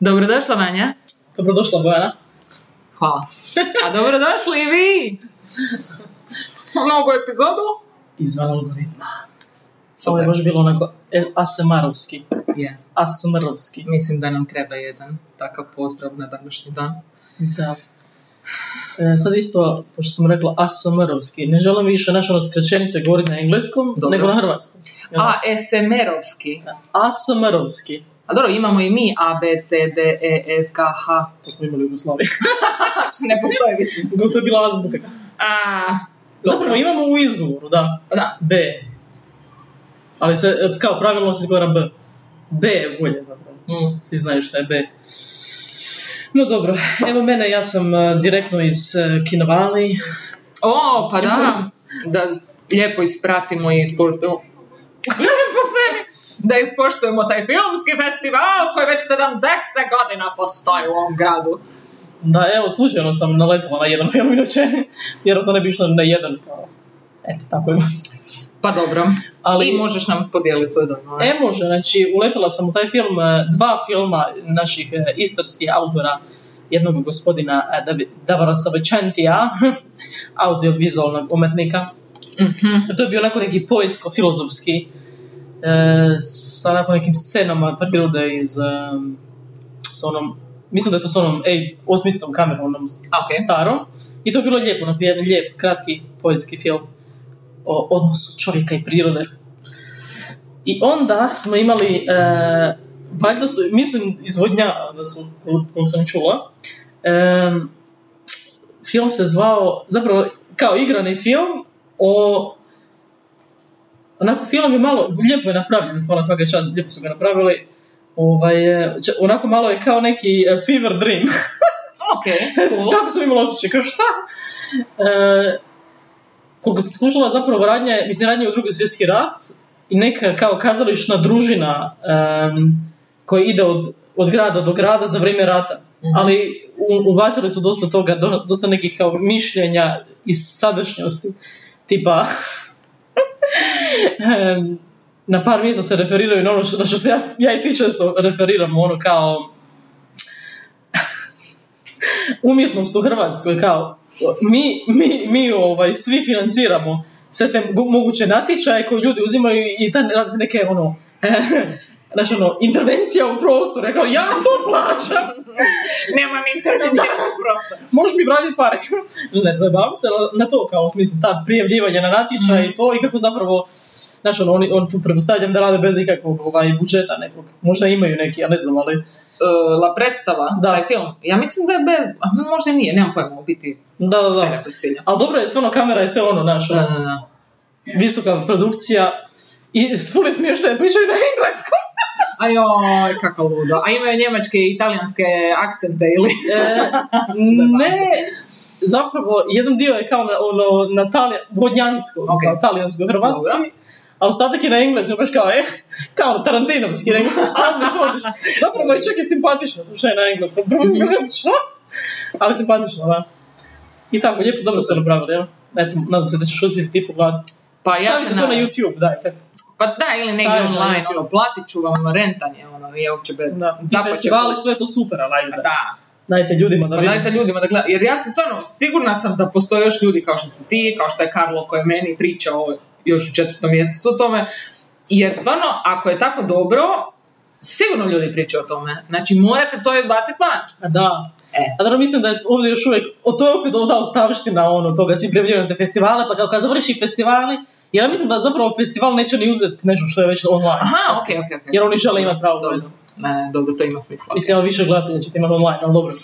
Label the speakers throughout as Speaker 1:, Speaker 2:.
Speaker 1: Dobrodošla Vanja.
Speaker 2: Dobrodošla Bojana.
Speaker 1: Hvala. A dobrodošli i vi u novu epizodu.
Speaker 2: Izvan algoritma. Ovo je
Speaker 1: Super.
Speaker 2: baš bilo onako e, ASMR-ovski.
Speaker 1: Je.
Speaker 2: ASMR-ovski.
Speaker 1: Mislim da nam treba jedan takav pozdrav na današnji dan.
Speaker 2: Da. E, sad isto, pošto sam rekla ASMR-ovski, ne želim više naše ono skraćenice govoriti na engleskom,
Speaker 1: Dobro.
Speaker 2: nego na hrvatskom. Jel?
Speaker 1: A, SMR-ovski.
Speaker 2: ASMR-ovski.
Speaker 1: A dobro, imamo i mi A, B, C, D, E, F, K, H.
Speaker 2: To smo imali u Jugoslaviji.
Speaker 1: ne postoji više.
Speaker 2: Gotovo je bila azbuka.
Speaker 1: A,
Speaker 2: Zapravo imamo u izgovoru, da.
Speaker 1: da.
Speaker 2: B. Ali se, e, kao pravilno se izgovara B. B je bolje zapravo.
Speaker 1: Mm.
Speaker 2: Svi znaju šta je B. No dobro, evo mene, ja sam e, direktno iz e, Kinovali.
Speaker 1: O, pa da. Da lijepo ispratimo i ispoštujemo. Lijepo sebi. Da ispoštujemo taj filmski festival koji već 70 godina postoji u ovom gradu.
Speaker 2: Da, evo, slučajno sam naletila na jedan film inače. Vjerojatno ne bi išla na jedan. kao, Eto, tako je.
Speaker 1: Pa dobro.
Speaker 2: Ali-
Speaker 1: I možeš nam podijeliti svoj ovaj. dojam.
Speaker 2: E, može, znači, uletila sam u taj film, e, dva filma naših e, istarskih autora, jednog gospodina e, Davi- Davora Savičantija, audiovizualnog umetnika. To je bio onako neki poetsko-filozofski, e, sa onako nekim scenama prirode iz, e, sa onom, mislim da je to s onom ej, osmicom kamerom, onom
Speaker 1: Ok.
Speaker 2: starom. I to je bilo lijepo, onako jedan lijep, kratki poetski film o odnosu čovjeka i prirode. I onda smo imali, e, valjda su, mislim izvodnja, da su, kol- koliko sam čula, em, film se zvao, zapravo kao igrani film o Onako, film je malo, lijepo je napravljen, stvarno svaka čast, lijepo su ga napravili. Ovaj, e, č- onako malo je kao neki e, fever dream.
Speaker 1: Ok, cool.
Speaker 2: Tako sam imala osjećaj, kao šta? E, koliko sam skušala zapravo radnje, mislim radnje u drugi svjetski rat i neka kao kazališna družina em, koja ide od, od grada do grada za vrijeme rata. Ali u- ubacili su dosta toga, do- dosta nekih kao mišljenja iz sadašnjosti. Tipa, em, na par mjesta se referiraju na ono što, na što se ja, ja i ti često referiramo, ono kao umjetnost u Hrvatskoj kao mi, mi, mi ovaj, svi financiramo sve te gu- moguće natječaje koje ljudi uzimaju i ta rade neke ono znači ono, intervencija u prostoru, rekao, ja to plaćam,
Speaker 1: Nemam intervenirati prosto.
Speaker 2: možeš mi vratiti pare. ne, zabavam se na- na to, kao, u smislu, ta prijavljivanja na natječaj i to, i kako zapravo, znaš, ono, oni, on tu pretpostavljam da rade bez ikakvog ovaj, budžeta nekog. Možda imaju neki, ja ne znam, ali...
Speaker 1: E, La predstava,
Speaker 2: Da.
Speaker 1: taj film. Ja mislim da je bez... a, Možda i nije, nemam pojma, u biti
Speaker 2: Da, da,
Speaker 1: se ne
Speaker 2: da.
Speaker 1: postilja.
Speaker 2: Ali dobro je, stvarno, kamera je sve ono, naš,
Speaker 1: Da, da, da.
Speaker 2: visoka produkcija i ful je smiješno je pričaju na engleskom.
Speaker 1: Ajoj, kako ludo. A imaju njemačke i italijanske akcente ili...
Speaker 2: E, ne, zapravo jedan dio je kao na, ono, na tali- vodnjansko,
Speaker 1: Ok.
Speaker 2: kao talijansko-hrvatski,
Speaker 1: Dobro.
Speaker 2: a ostatak je na engleskom, baš kao, eh, kao tarantinovski, nego, odliš, odliš. Zapravo je čak i simpatično, to što je na engleskom, prvo mi je
Speaker 1: Mhm.
Speaker 2: bilo što? ali simpatično, da. I tako, lijepo, dobro su napravili, jel? Eto, nadam se da ćeš uspjeti ti pogledati.
Speaker 1: Pa ja se
Speaker 2: Stavite to na
Speaker 1: nadam.
Speaker 2: YouTube, daj, eto.
Speaker 1: Pa da, ili negdje
Speaker 2: Stavite na
Speaker 1: online,
Speaker 2: YouTube.
Speaker 1: ono, platit ću vam rentanje, ono, nije uopće bez...
Speaker 2: Da, I
Speaker 1: pa će-
Speaker 2: festivali, sve je to super, ali ajde,
Speaker 1: Pa Da,
Speaker 2: Dajte ljudima da
Speaker 1: pa
Speaker 2: vide.
Speaker 1: dajte ljudima da gleda. Jer ja sam stvarno, sigurna sam da postoje još ljudi kao što si ti, kao što je Karlo koji je meni pričao još u četvrtom mjesecu o tome. Jer stvarno, ako je tako dobro, sigurno ljudi pričaju o tome. Znači, morate to i baciti van.
Speaker 2: A Da.
Speaker 1: E.
Speaker 2: A dobro, mislim da je ovdje još uvijek, o to je opet ovdje ostavština ono, toga svi prijavljaju na te festivale, pa kao kad završi i festivali, ja mislim da zapravo festival neće ni uzeti nešto što je već online.
Speaker 1: Aha, okej, okej, okej.
Speaker 2: Jer oni žele imati pravo
Speaker 1: Dobro.
Speaker 2: vezu.
Speaker 1: Ne, ne, dobro, to ima smisla.
Speaker 2: Mislim, evo više gledatelja ćete imati online, ali dobro.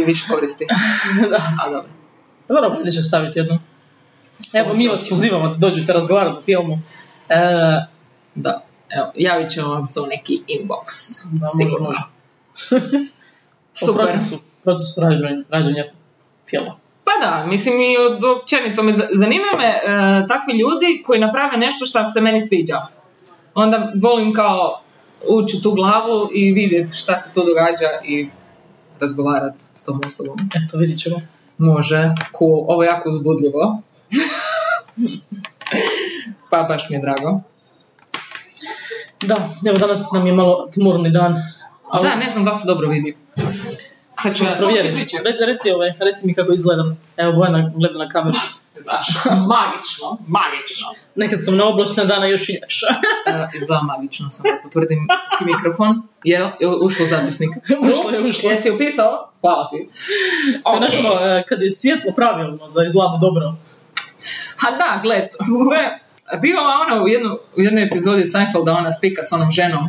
Speaker 1: I više koristi.
Speaker 2: da.
Speaker 1: A, dobro.
Speaker 2: Pa Dobro, ovdje će staviti jedno. Evo, mi
Speaker 1: Hoće,
Speaker 2: vas
Speaker 1: hoće.
Speaker 2: pozivamo da dođete razgovarati o filmu. E,
Speaker 1: Da, evo, javit ćemo vam se u neki inbox.
Speaker 2: da, može,
Speaker 1: sigurno.
Speaker 2: može. O
Speaker 1: Super.
Speaker 2: procesu, procesu rađenja, rađenja filma.
Speaker 1: Pa da, mislim i od- općenito me za- zanimaju me e, takvi ljudi koji naprave nešto što se meni sviđa. Onda volim kao ući u tu glavu i vidjeti šta se tu događa i razgovarati s tom osobom.
Speaker 2: Eto, vidit ćemo.
Speaker 1: Može, cool. Ovo je jako uzbudljivo. pa baš mi je drago.
Speaker 2: Da, evo danas nam je malo tmurni dan, Ali-
Speaker 1: Da, ne znam da li se dobro vidi. Sad ću ja samo ti
Speaker 2: Provjeri.
Speaker 1: pričati.
Speaker 2: Re- Reci, ovaj, reci mi kako izgledam. Evo, Bojana gleda na kameru.
Speaker 1: Znaš, magično, magično.
Speaker 2: Nekad sam na oblačna dana još i ljepša.
Speaker 1: E, izgleda magično, samo da potvrdim ti mikrofon. Jel, jel ušlo u zapisnik?
Speaker 2: Ušlo je, ušlo.
Speaker 1: Jesi upisao? Hvala ti.
Speaker 2: To je znaš ono, e, kad je svjetlo pravilno za izgledamo dobro.
Speaker 1: Ha da, gled, to je ono bio ona u, jednu, u jednoj epizodi Seinfelda, ona spika s onom ženom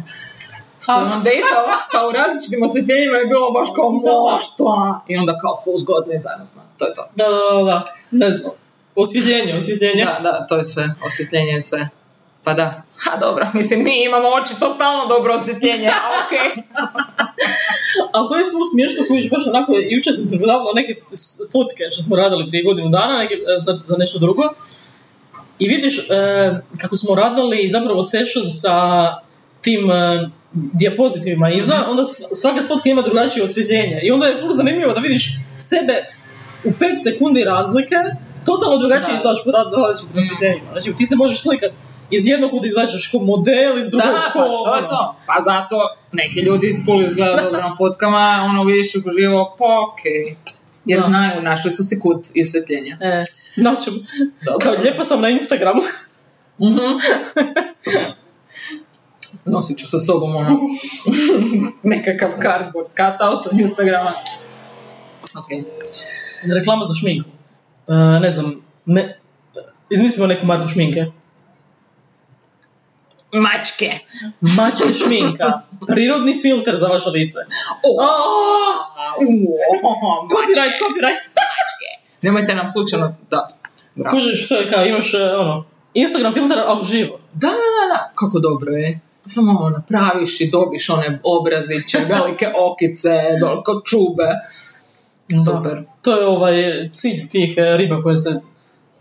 Speaker 1: s kojom
Speaker 2: Ah.
Speaker 1: on dejtao, pa u različitim osjetljenjima je bilo baš kao "Ma, šta? I onda kao full zgodne zanosno. To je to.
Speaker 2: Da, da, da, da. Ne znam. Osvjetljenje, osvjetljenje.
Speaker 1: Da, da, to je sve. Osvjetljenje je sve. Pa da. Ha, dobro. Mislim, mi imamo očito stalno dobro osvjetljenje, a okej.
Speaker 2: Ali to je full smiješno koji baš onako, jučer sam pregledavala neke s- fotke što smo radili prije godinu dana neke, e, za, za nešto drugo. I vidiš e, kako smo radili zapravo session sa tim e, diapozitivima iza,
Speaker 1: Mhm.
Speaker 2: onda s- svaka spotka ima drugačije osvjetljenje. I onda je full zanimljivo da vidiš sebe u 5 sekundi razlike, totalno drugačije
Speaker 1: Da. Mhm.
Speaker 2: izgledaš po rad- različitim osvjetljenjima. Znači ti se možeš slikati iz jednog kuda izgledaš ko model, iz drugog
Speaker 1: Da,
Speaker 2: ko...
Speaker 1: pa to je
Speaker 2: ono.
Speaker 1: to. Pa zato neki ljudi full izgleda dobro na fotkama, ono vidiš ih uživo, pa okej. Jer
Speaker 2: Da.
Speaker 1: znaju, našli su si kut i osvjetljenje.
Speaker 2: E, znači,
Speaker 1: Dobro.
Speaker 2: kao lijepa sam na Instagramu.
Speaker 1: Mhm. Nosit ću sa sobom ono nekakav cardboard cutout od Instagrama. Ok.
Speaker 2: Reklama za šminku. E, ne znam, ne, izmislimo neku marku šminke.
Speaker 1: Mačke.
Speaker 2: Mačka šminka. Prirodni filter za vaše lice.
Speaker 1: O!
Speaker 2: Copyright, copyright.
Speaker 1: Nemojte nam slučajno da. Da.
Speaker 2: Kužiš što je kao, imaš e, ono, Instagram filter, a uživo.
Speaker 1: da, da, da, da. Kako dobro je. Samo ono napraviš i dobiš one obraziće, velike okice, toliko čube.
Speaker 2: No.
Speaker 1: Super.
Speaker 2: To je ovaj cilj tih e, riba koje se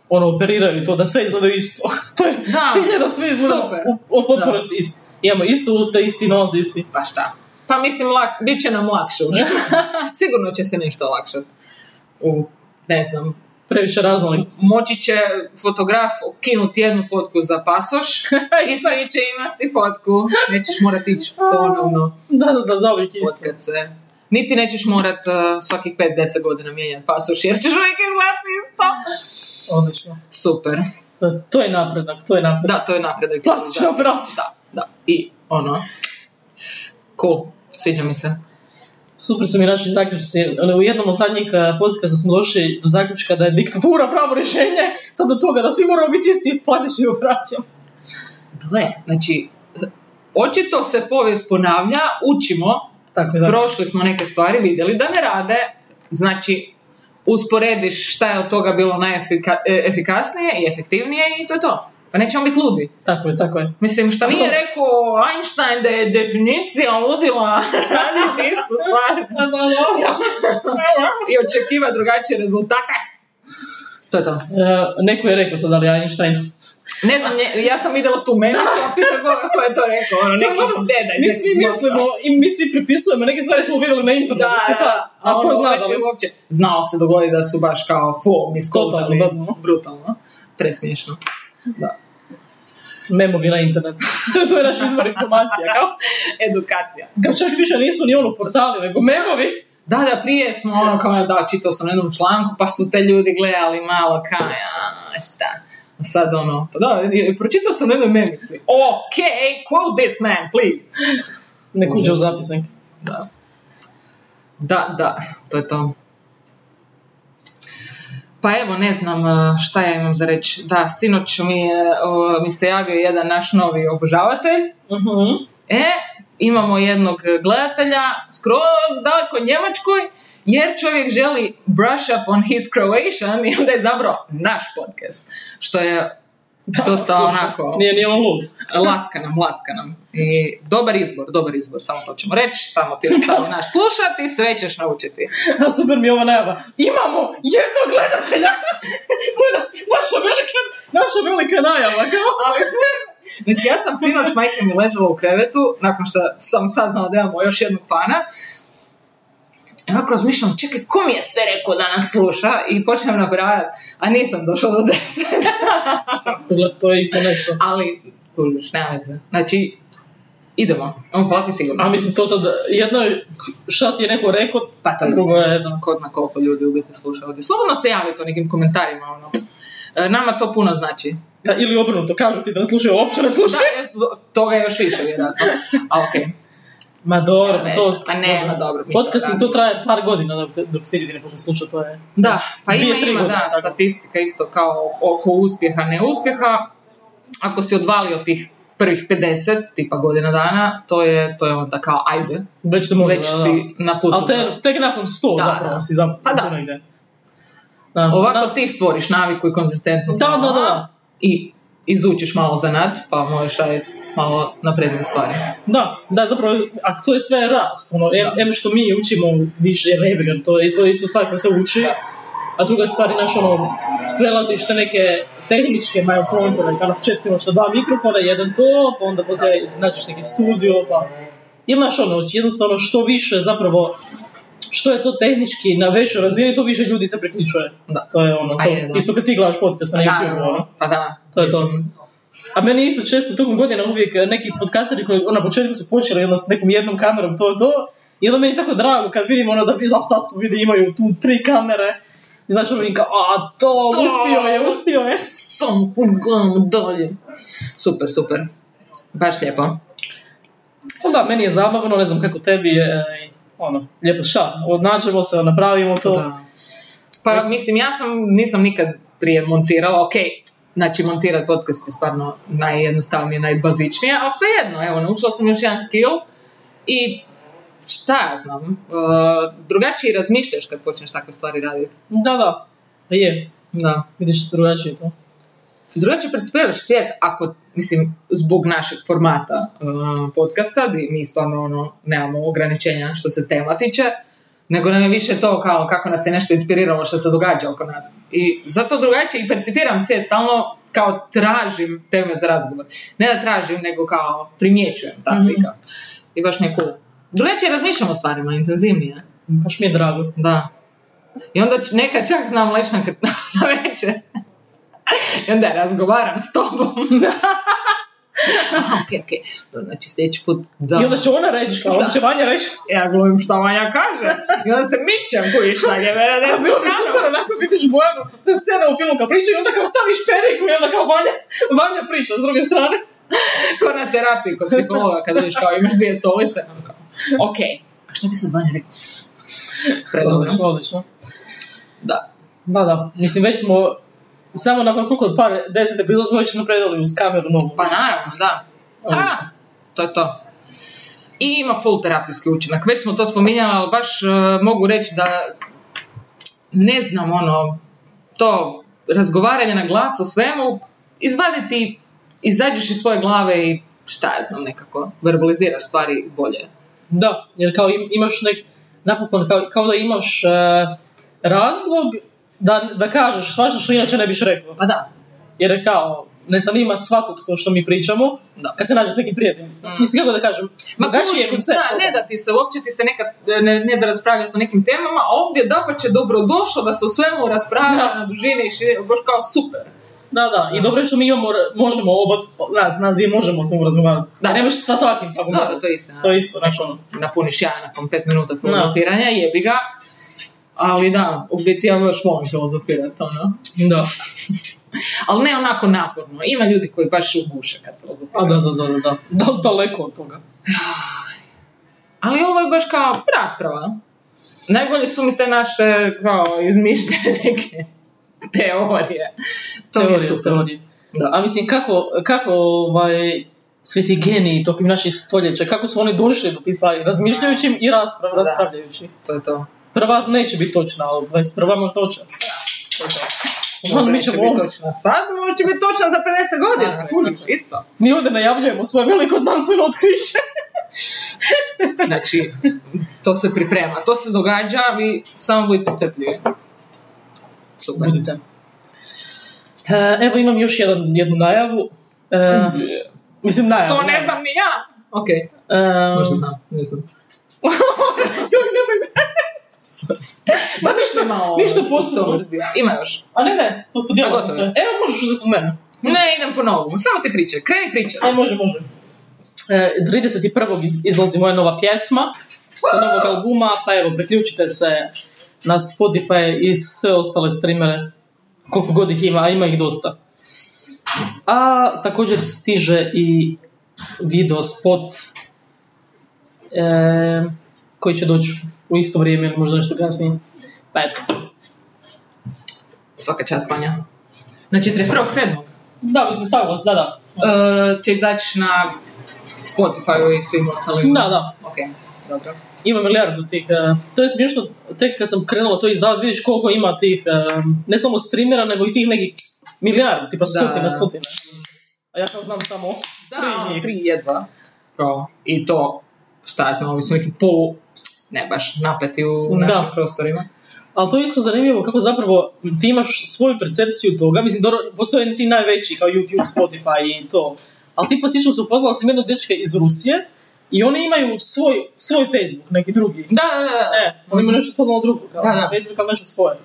Speaker 2: ono, operiraju, to da sve izgleda isto. to je
Speaker 1: Da.
Speaker 2: cilj je da sve izgleda
Speaker 1: Super.
Speaker 2: u, u potpunosti isto. Imamo isto usta, isti nos, isti.
Speaker 1: Pa šta? Pa mislim, lak, bit će nam lakše. u životu. Sigurno će se nešto olakšati. U, ne znam,
Speaker 2: Previše raznolikosti.
Speaker 1: moći će fotograf kinuti jednu fotku za pasoš i svi će imati fotku. Nećeš morati ići ponovno
Speaker 2: Da, da, da, zauvijek isto.
Speaker 1: fotkat se. Niti nećeš morat uh, svakih 5-10 godina mijenjati pasoš jer ćeš uvijek izgledati isto.
Speaker 2: Odlično.
Speaker 1: Super.
Speaker 2: To, to je napredak, to je napredak.
Speaker 1: Da, to je napredak.
Speaker 2: Plastična
Speaker 1: Da,
Speaker 2: operacija.
Speaker 1: Da, da. I ono. Cool. Sviđa mi se.
Speaker 2: Super su mi naši zaključci. Ono, U jednom od zadnjih eh, podcasta smo došli do zaključka da je diktatura pravo rješenje, sad do toga da svi moramo biti isti plastični operacija.
Speaker 1: Gle, znači, očito se povijest ponavlja, učimo,
Speaker 2: Tako je, da.
Speaker 1: prošli smo neke stvari, vidjeli da ne rade, znači usporediš šta je od toga bilo najefikasnije i efektivnije i to je to. Pa nećemo biti ludi.
Speaker 2: Tako je, tako je.
Speaker 1: Mislim, šta nije rekao Einstein da je definicija ludila raditi istu stvar
Speaker 2: Ja.
Speaker 1: i očekiva drugačije rezultate. To je to.
Speaker 2: E, neko je rekao sad, ali Einstein.
Speaker 1: Ne znam, nje- ja sam vidjela tu menicu, a pitam Boga ko je to rekao. Ono, neki deda. iz
Speaker 2: mi svi
Speaker 1: nekog
Speaker 2: mislimo i mi svi pripisujemo, neke stvari smo vidjeli na internetu.
Speaker 1: Da,
Speaker 2: sve
Speaker 1: da,
Speaker 2: to.
Speaker 1: da.
Speaker 2: a ko
Speaker 1: Ono,
Speaker 2: zna da
Speaker 1: ovaj
Speaker 2: li...
Speaker 1: uopće znao se dogodi da su baš kao fom iskotali.
Speaker 2: Totalno, da.
Speaker 1: Brutalno. Presmiješno. Da.
Speaker 2: Memovi na internetu. to je, to je naš izvor informacija. Kao,
Speaker 1: Edukacija.
Speaker 2: kao čak više nisu ni ono portali, nego memovi.
Speaker 1: Da, da, prije smo ono kao, da, čitao sam na jednom članku, pa su te ljudi gledali malo kao, ja, šta. A Sad ono, pa da, i- i pročitao sam na jednoj memici. Ok, quote this man, please.
Speaker 2: Ne kuđe u
Speaker 1: Užas.
Speaker 2: zapisnik.
Speaker 1: Da. Da, da, to je to. Pa evo, ne znam eh, šta ja imam za reći. Da, sinoć mi, je, o, mi se javio jedan naš novi obožavatelj.
Speaker 2: Mhm.
Speaker 1: E, imamo jednog gledatelja skroz daleko Njemačkoj, jer čovjek želi brush up on his Croatian i onda je zabrao naš podcast, što Znači, je dosta
Speaker 2: Slušaj,
Speaker 1: onako ono.
Speaker 2: Nije, nije on lud.
Speaker 1: laska nam, laska nam. I dobar izbor, dobar izbor, samo to ćemo reći, samo ti nastavi naš slušati, sve ćeš naučiti.
Speaker 2: A super mi je ova najava. Imamo jednog gledatelja! to je na- naša velika, naša velika najava. Kao?
Speaker 1: Ali sve- Znači ja sam sinoć, majke mi ležala u krevetu, nakon što sam saznala da imamo još jednog fana, I onako razmišljam, čekaj, ko mi je sve rekao da nas sluša? I počnem nabrajati, a nisam došla do deset.
Speaker 2: To je isto nešto.
Speaker 1: Ali, kužiš, nema veze. Znači, idemo. On polako je sigurno.
Speaker 2: A mislim, to sad, jedno je šta ti je neko rekao,
Speaker 1: Pa to
Speaker 2: drugo je da.
Speaker 1: ko zna koliko ljudi u biti sluša ovdje. Slobodno se javite u nekim komentarima, ono. E, Nama to puno znači.
Speaker 2: Da, ili obrnuto, kažu ti da ne slušaju, uopće ne
Speaker 1: Da,
Speaker 2: slušaju.
Speaker 1: jer toga je još više, vjerojatno. A okej.
Speaker 2: Ma dobro,
Speaker 1: Ne
Speaker 2: to...
Speaker 1: znam, pa ne,
Speaker 2: može.
Speaker 1: ma dobro, mi to
Speaker 2: Podcasting
Speaker 1: radimo.
Speaker 2: to traje par godina dok, se- dok se ljudi ne počnu slušati, to je...
Speaker 1: Da, pa
Speaker 2: Dvije,
Speaker 1: ima,
Speaker 2: tri
Speaker 1: ima,
Speaker 2: godine,
Speaker 1: da,
Speaker 2: tako.
Speaker 1: statistika isto kao oko uspjeha, neuspjeha. Ako si odvalio tih prvih 50, tipa godina dana, to je, to je onda kao ajde,
Speaker 2: Već se može,
Speaker 1: već
Speaker 2: da, da.
Speaker 1: si na putu.
Speaker 2: Ali te, tek nakon 100
Speaker 1: Da,
Speaker 2: zapravo
Speaker 1: da.
Speaker 2: si zapravo
Speaker 1: Pa da.
Speaker 2: puno ide. Da,
Speaker 1: Ovako
Speaker 2: da,
Speaker 1: ti stvoriš naviku i konzistentnost.
Speaker 2: Da, da, da.
Speaker 1: I izučiš malo zanat, pa možeš raditi malo napredne stvari.
Speaker 2: da, da, zapravo, a to je sve rast. Ono, em, em što mi učimo više, jer ne vjerujem, to je, to je isto stvar koja se uči, a druga stvar je naš ono, prelaziš te neke tehničke majokontore, kada na početku imaš na dva mikrofona, jedan to, pa onda poslije nađeš neki studio, pa... Ili naš ono, jednostavno što više zapravo, što je to tehnički na većoj razini, to više ljudi se priključuje.
Speaker 1: Da.
Speaker 2: To je ono,
Speaker 1: A
Speaker 2: to-
Speaker 1: je, da.
Speaker 2: isto kad ti gledaš podcast na YouTube,
Speaker 1: da,
Speaker 2: ono.
Speaker 1: pa da.
Speaker 2: no. To je to.
Speaker 1: mislim,
Speaker 2: A meni isto često tokom godina uvijek eh, neki podcasteri koji ono, na početku su počeli ono, s nekom jednom kamerom to to i onda meni je tako drago kad vidim ono da bi a sad su vidi imaju tu tri kamere i znaš ono vidim kao a to,
Speaker 1: To!
Speaker 2: uspio je, uspio je.
Speaker 1: Sam uglavnom dolje. Super, super. Baš lijepo.
Speaker 2: Onda Pa da, meni je zabavno, ne znam kako tebi je eh, ono, lijepo ša, odnađemo se, napravimo to.
Speaker 1: Da. Pa mislim, ja sam, nisam nikad prije montirala, ok, znači montirati podcast je stvarno najjednostavnije, najbazičnije, ali svejedno, evo, naučila sam još jedan skill i šta ja znam, e, drugačije razmišljaš kad počneš takve stvari raditi.
Speaker 2: Da, da, Pa je,
Speaker 1: Da.
Speaker 2: vidiš drugačije to.
Speaker 1: Drugačije percipiraš svijet ako, mislim, zbog našeg formata e, podcasta, di mi stvarno ono, nemamo ograničenja što se tema tiče, nego nam je više to kao kako nas je nešto inspiriralo što se događa oko nas. I zato drugačije i percipiram svijet, stalno kao tražim teme za razgovor. Ne da tražim, nego kao primjećujem ta slika. I baš mi je cool. Drugačije razmišljam o stvarima, intenzivnije.
Speaker 2: Baš mi je drago.
Speaker 1: Da. I onda ć- nekad čak znam leć na, na večer. I onda ja razgovaram s tobom. Da. Aha, okej, okej. To znači sljedeći put da.
Speaker 2: I onda će ona reći, kao, onda će Vanja reći,
Speaker 1: Ja glumim šta Vanja kaže. I onda se mičem koji išla je mene. Ne,
Speaker 2: a bilo bi super onako vidiš Bojanu, da se u filmu kao priča i onda kao staviš periku i onda kao Vanja, Vanja priča s druge strane.
Speaker 1: Ko na terapiji kod psihologa kada vidiš kao imaš dvije stolice. ono kao, Okej. A što bi sad Vanja rekla? Predobro.
Speaker 2: Odlično, E, odlično.
Speaker 1: Da.
Speaker 2: Da, da, mislim već smo samo nakon koliko par deset epizoda smo već napredali uz kameru novu.
Speaker 1: Pa naravno, da. Da,
Speaker 2: Odlično.
Speaker 1: to je to. I ima full terapijski učinak. Već smo to spominjali, ali baš e, mogu reći da ne znam ono, to razgovaranje na glas o svemu, izvaditi, izađeš iz svoje glave i šta ja znam nekako, verbaliziraš stvari bolje.
Speaker 2: Da, jer kao im- imaš nek, napokon kao, kao da imaš e, razlog da, da kažeš svašta što inače ne biš rekao.
Speaker 1: Pa da,
Speaker 2: Jer je kao, ne zanima svakog to što mi pričamo,
Speaker 1: Da. Mm.
Speaker 2: kad se nađe s nekim prijateljem. Mislim, kako da kažem,
Speaker 1: Ma
Speaker 2: drugačiji je
Speaker 1: kužim,
Speaker 2: koncept ono.
Speaker 1: da, ne da ti se, uopće ti se neka, ne, ne da raspravljati o nekim temama, a ovdje da će dobrodošlo da se o svemu raspravlja
Speaker 2: Da.
Speaker 1: na dužine i širine, baš kao super.
Speaker 2: Da, da, i dobro je što mi imamo, možemo oba, nas, nas dvije možemo o svemu razgovarati.
Speaker 1: Da.
Speaker 2: Da, ne možeš sa svakim tako
Speaker 1: Dobro, to je istina.
Speaker 2: To je isto, znaš ono.
Speaker 1: napuniš ja nakon pet minuta filozofiranja, jebi ga. Ali da, u biti ja još volim filozofirati, ono.
Speaker 2: Da.
Speaker 1: Ali ne onako naporno. Ima ljudi koji baš uguše kad filozofiraju.
Speaker 2: A da, da, da, da, da. Da, daleko od toga.
Speaker 1: Ali ovo je baš kao rasprava. Najbolje su mi te naše, kao, izmišljene neke teorije. To mi je
Speaker 2: Teorije,
Speaker 1: super.
Speaker 2: teorije.
Speaker 1: Da.
Speaker 2: A mislim, kako, kako ovaj, svi ti geniji tokom naših stoljeća, kako su oni došli do tih stvari, razmišljajući im i rasprav, raspravljajući.
Speaker 1: To je to.
Speaker 2: Prva neće biti točna, ali 21. možda hoće.
Speaker 1: to, je to.
Speaker 2: Možda
Speaker 1: Možda
Speaker 2: mi
Speaker 1: neće
Speaker 2: ćemo
Speaker 1: biti
Speaker 2: ovo.
Speaker 1: točna sad, možda će biti točna za 50 godina.
Speaker 2: Tako je,
Speaker 1: Kužiš,
Speaker 2: tako je.
Speaker 1: isto.
Speaker 2: Mi ovdje najavljujemo svoje veliko znanstveno otkriće.
Speaker 1: Znači, to se priprema. To se događa, vi samo budite strpljivi. Super.
Speaker 2: Budite. E, evo imam još jedan, jednu najavu. E, mislim najavu.
Speaker 1: To ne
Speaker 2: najavu.
Speaker 1: znam ni ja. Ok,
Speaker 2: E,
Speaker 1: možda znam, ne znam.
Speaker 2: joj, nemoj me.
Speaker 1: Ma ništa malo.
Speaker 2: ništa posebno.
Speaker 1: posebno. Ima još.
Speaker 2: A ne, ne, to podijelila
Speaker 1: A
Speaker 2: sam
Speaker 1: gotovo
Speaker 2: sve.
Speaker 1: je.
Speaker 2: Evo možeš uzeti u mene.
Speaker 1: Ne, idem po novom. Samo ti priče, kreni priče.
Speaker 2: A može, može. E, 31. iz- izlazi moja nova pjesma sa novog albuma, pa evo, priključite se na Spotify i sve ostale streamere, koliko god ih ima, a ima ih dosta. A također stiže i video spot e, koji će doći u isto vrijeme ili možda nešto kasnije. Pa eto.
Speaker 1: Svaka čast, Vanja. Znači, 31.7.
Speaker 2: Da, mislim, stavila, da, da.
Speaker 1: Uh, će izaći na Spotify i svim ostalim.
Speaker 2: Da, da.
Speaker 1: Ok, dobro.
Speaker 2: Ima milijardu tih. e, to je smiješno, tek kad sam krenula to izdavati, vidiš koliko ima tih, e, ne samo streamera, nego i tih nekih milijardu, tipa stotina,
Speaker 1: da.
Speaker 2: stotina. A ja kao znam samo
Speaker 1: Da,
Speaker 2: tri njih.
Speaker 1: tri jedva. Kao, I to, šta ja znam, ovi su neki polu, ne baš napeti u
Speaker 2: Da.
Speaker 1: našim prostorima.
Speaker 2: Ali to je isto zanimljivo kako zapravo ti imaš svoju percepciju toga. Mislim, dobro, postoje ti najveći kao YouTube, Spotify i to. Ali ti pa sjećam se upoznala sam jednog dečka iz Rusije i oni imaju svoj, svoj Facebook, neki drugi.
Speaker 1: Da, da, da. da.
Speaker 2: E, oni imaju nešto totalno drugo. Kao,
Speaker 1: Da, da.
Speaker 2: Facebook, ali nešto svoje.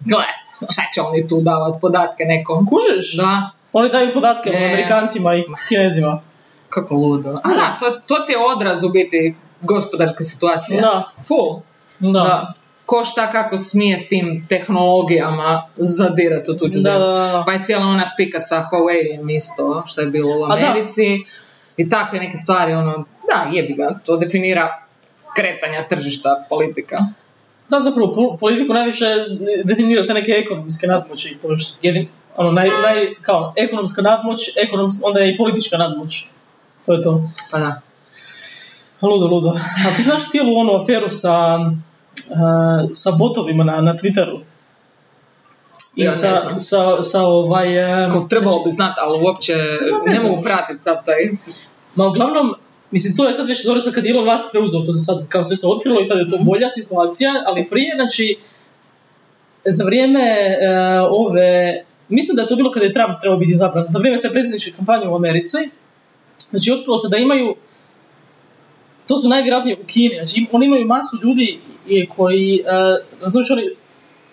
Speaker 1: Gle, šta će oni tu davat podatke nekom?
Speaker 2: Kužiš?
Speaker 1: Da,
Speaker 2: Oni daju podatke
Speaker 1: E.
Speaker 2: Amerikancima i Kinezima.
Speaker 1: kako ludo. A da, to, to ti je odraz u biti gospodarske situacije.
Speaker 2: Da.
Speaker 1: Full.
Speaker 2: Da.
Speaker 1: Da. Ko šta kako smije s tim tehnologijama zadirati u tuđu
Speaker 2: Da,
Speaker 1: zemlju.
Speaker 2: da, da.
Speaker 1: Pa je cijela ona spika sa Huawei isto, što je bilo u
Speaker 2: A da.
Speaker 1: Americi. I takve neke stvari, ono, da, jebi ga, to definira kretanja tržišta, politika.
Speaker 2: Da, zapravo po- politiku najviše definira te neke ekonomske nadmoći. To je jedin, ono, naj, naj, kao, ekonomska nadmoć, ekonoms, onda je i politička nadmoć. To je to.
Speaker 1: Pa da.
Speaker 2: Ludo, ludo. A ti znaš cijelu onu aferu sa, e, sa botovima na, na Twitteru? I
Speaker 1: Ja ne
Speaker 2: sa,
Speaker 1: znam.
Speaker 2: sa, sa ovaj... e,
Speaker 1: Ako trebalo bi znati, ali uopće
Speaker 2: ne
Speaker 1: ne
Speaker 2: znam.
Speaker 1: mogu pratiti sav taj...
Speaker 2: Ma uglavnom, mislim, to je sad već dobro sad kad je Elon Musk preuzeo, to se sad kao sve se otkrilo i sad je to bolja situacija, ali prije, znači, za vrijeme e, ove, mislim da je to bilo kada je Trump trebao biti izabran, za vrijeme te predsjedničke kampanje u Americi, znači, otkrilo se da imaju, to su najvjerojatnije u Kini, znači, im- oni imaju masu ljudi i- koji, e, razumiješ, oni,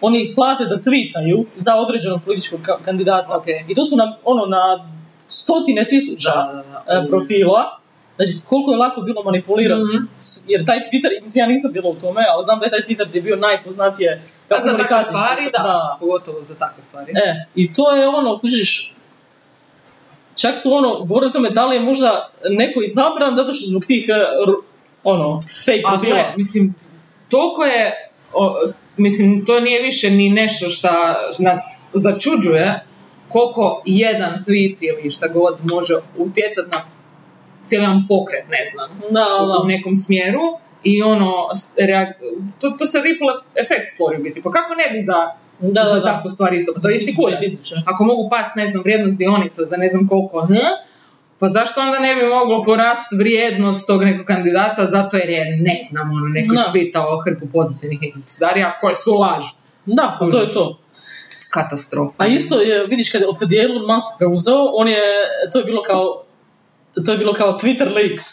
Speaker 2: oni ih plate da twitaju za određenog političkog ka- kandidata.
Speaker 1: Ok.
Speaker 2: I to su na, ono, na stotine tisuća
Speaker 1: Da, da, da.
Speaker 2: e, profila. Znači, koliko je lako bilo manipulirati.
Speaker 1: Mhm.
Speaker 2: S- Jer taj Twitter, mislim, ja nisam bila u tome, ali znam da je taj Twitter gdje je bio najpoznatije kao
Speaker 1: Pa za takve
Speaker 2: komunikacijski
Speaker 1: stvari,
Speaker 2: sustav.
Speaker 1: da. Pogotovo za takve stvari.
Speaker 2: E, i to je ono, kužiš, čak su ono, govorili o tome da li je možda neko izabran zato što zbog tih, e, r- ono, fake
Speaker 1: A gle,
Speaker 2: profila.
Speaker 1: mislim, toliko je, o, mislim, to nije više ni nešto što nas začuđuje koliko jedan tweet ili šta god može utjecati na cijeli jedan pokret, ne znam,
Speaker 2: Da, da.
Speaker 1: u nekom smjeru i ono, s- reag- to, to se ripple efekt stvori u biti. Pa kako ne bi za,
Speaker 2: Da,
Speaker 1: za
Speaker 2: da, da.
Speaker 1: takvu stvar isto? Pa to je isti
Speaker 2: Tisuće i
Speaker 1: kurac.
Speaker 2: tisuće.
Speaker 1: Ako mogu past, ne znam, vrijednost dionica za ne znam koliko, hm, pa zašto onda ne bi moglo porast vrijednost tog nekog kandidata, zato jer je, ne znam, ono, neko
Speaker 2: Da.
Speaker 1: špitao hrpu pozitivnih nekih pizdarija koje su laž.
Speaker 2: Da, pa to je
Speaker 1: Kužiš.
Speaker 2: to.
Speaker 1: Katastrofa.
Speaker 2: A isto je, vidiš, kad, od kad je Elon Musk preuzeo, on je, to je bilo kao, to je bilo kao Twitter leaks.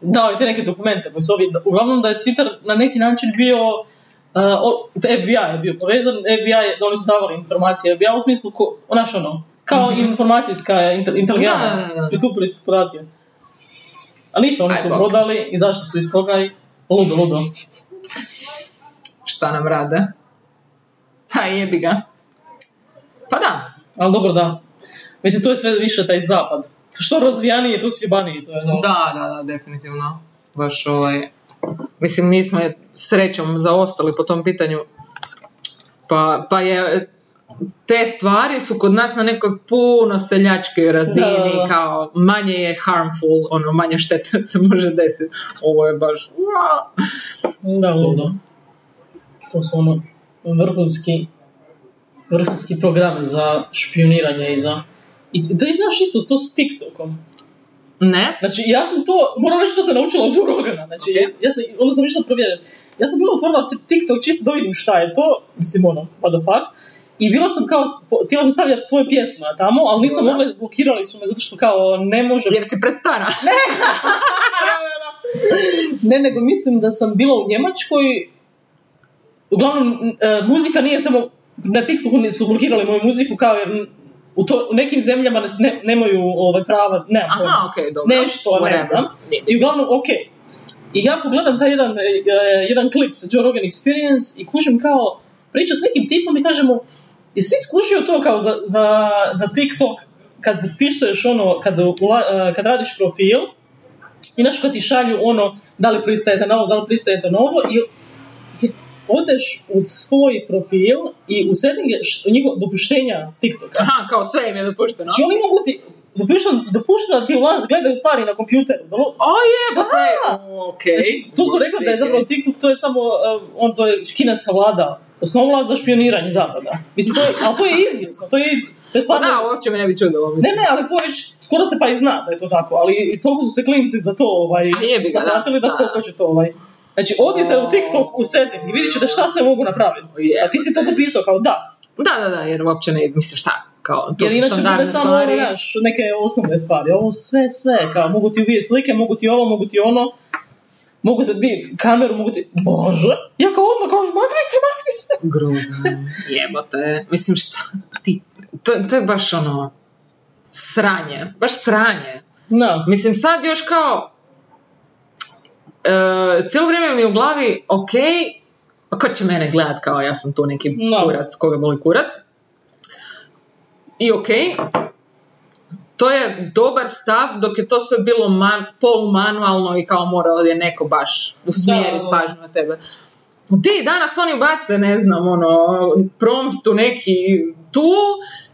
Speaker 2: Dao je te neke dokumente koji su ovi, uglavnom da je Twitter na neki način bio, uh, o- FBI je bio povezan, FBI je, da oni su davali informacije FBI u smislu, ko, znaš ono, kao informacijska inter, inteligencija,
Speaker 1: Mhm. Da, da, da, da.
Speaker 2: prikupili su podatke. A ništa, oni
Speaker 1: Aj,
Speaker 2: su
Speaker 1: bok.
Speaker 2: prodali, izašli su iz toga i ludo, ludo.
Speaker 1: Šta nam rade? Pa jebi ga. Pa da.
Speaker 2: Ali dobro, da. Mislim, to je sve više taj zapad. Što razvijaniji, to sjebaniji, to je ono.
Speaker 1: Da, da, da, definitivno. Baš ovaj... Mislim, nismo je srećom zaostali po tom pitanju. Pa, pa je... Te stvari su kod nas na nekoj puno seljačkoj razini,
Speaker 2: Da, da, da.
Speaker 1: kao manje je harmful, ono manje štete se može desiti. Ovo je baš... ua.
Speaker 2: Da, ludo. To su ono vrhunski, vrhunski programe za špioniranje i za... I da i znaš isto to s TikTokom.
Speaker 1: Ne?
Speaker 2: Znači, ja sam to, moram reći što sam naučila od Joe Rogana. Znači,
Speaker 1: Ok.
Speaker 2: ja sam, onda sam išla provjeriti. Ja sam bila otvorila t- TikTok čisto da vidim šta je to, mislim ono, what the fuck. I bila sam kao, po- htjela sam stavljati svoje pjesme tamo, ali nisam
Speaker 1: Dobro.
Speaker 2: mogla, blokirali su me zato što kao ne može
Speaker 1: Jer si prestara.
Speaker 2: Ne, nego mislim da sam bila u Njemačkoj. Uglavnom, e, muzika nije samo... Na TikToku su blokirali moju muziku kao jer U, to, u nekim zemljama ne, ne, nemaju ovaj, prava, nemam pojma.
Speaker 1: Aha, ok, dobro.
Speaker 2: Nešto, ne
Speaker 1: Whatever.
Speaker 2: znam.
Speaker 1: Nije bitno.
Speaker 2: I uglavnom, ok. I ja pogledam taj jedan, e, e, jedan klip sa Joe Rogan Experience i kužim kao, priča s nekim tipom i kažemo, jesi ti skužio to kao za, za, za TikTok kad pisuješ ono, kad, ula- e, kad radiš profil i znaš kad ti šalju ono, da li pristajete na ovo, da li pristajete na ovo i i odeš u svoj profil i u settinge š- njihov dopuštenja TikToka.
Speaker 1: Aha, kao sve im je dopušteno.
Speaker 2: Znači oni mogu ti, dopušteno, dopušteno da ti ulaz, gledaju stvari na kompjuteru, da lu-
Speaker 1: O jebote!
Speaker 2: Da.
Speaker 1: Ok.
Speaker 2: Znači, tu su rekli da je zapravo TikTok, to je samo, eh, on to je kineska vlada, osnovna za špioniranje zapada. Mislim, to je, ali to je izvjesno, to je izvjesno. To je
Speaker 1: Pa
Speaker 2: stvarno,
Speaker 1: da, uopće me ne bi čudilo. mislim.
Speaker 2: ne, ne, ali to već skoro se pa i zna da je to tako, ali i toliko su se klinci za to ovaj,
Speaker 1: A jebi ga, da.
Speaker 2: zaplatili da,
Speaker 1: Da,
Speaker 2: ko hoće to ovaj. Znači, odite u TikTok u setting i vidjet ćete šta sve mogu napraviti. A ti si to popisao kao da,
Speaker 1: Da, da, da, jer uopće ne, mislim šta, kao, to
Speaker 2: jer
Speaker 1: su
Speaker 2: inače bude
Speaker 1: standardne
Speaker 2: samo ono,
Speaker 1: stvari.
Speaker 2: znaš, neke osnovne stvari. Ovo sve, sve, kao mogu ti uvijek slike, mogu ti ovo, mogu ti ono. Mogu ti bi kameru, mogu ti... Bože! Ja kao odmah, kao makni se, makni se!
Speaker 1: Grozno. Jebote. Mislim šta, ti, to, to je baš ono, sranje, baš sranje.
Speaker 2: Da.
Speaker 1: Mislim, sad još kao, e, cijelo vrijeme mi je u glavi, ok, pa ko će mene gledat kao ja sam tu neki
Speaker 2: No.
Speaker 1: kurac, koga boli kurac. I ok, to je dobar stav dok je to sve bilo man, polumanualno i kao morao je neko baš usmjeriti
Speaker 2: Da.
Speaker 1: pažnju na tebe. Di, danas oni bace, ne znam, ono, promptu neki tu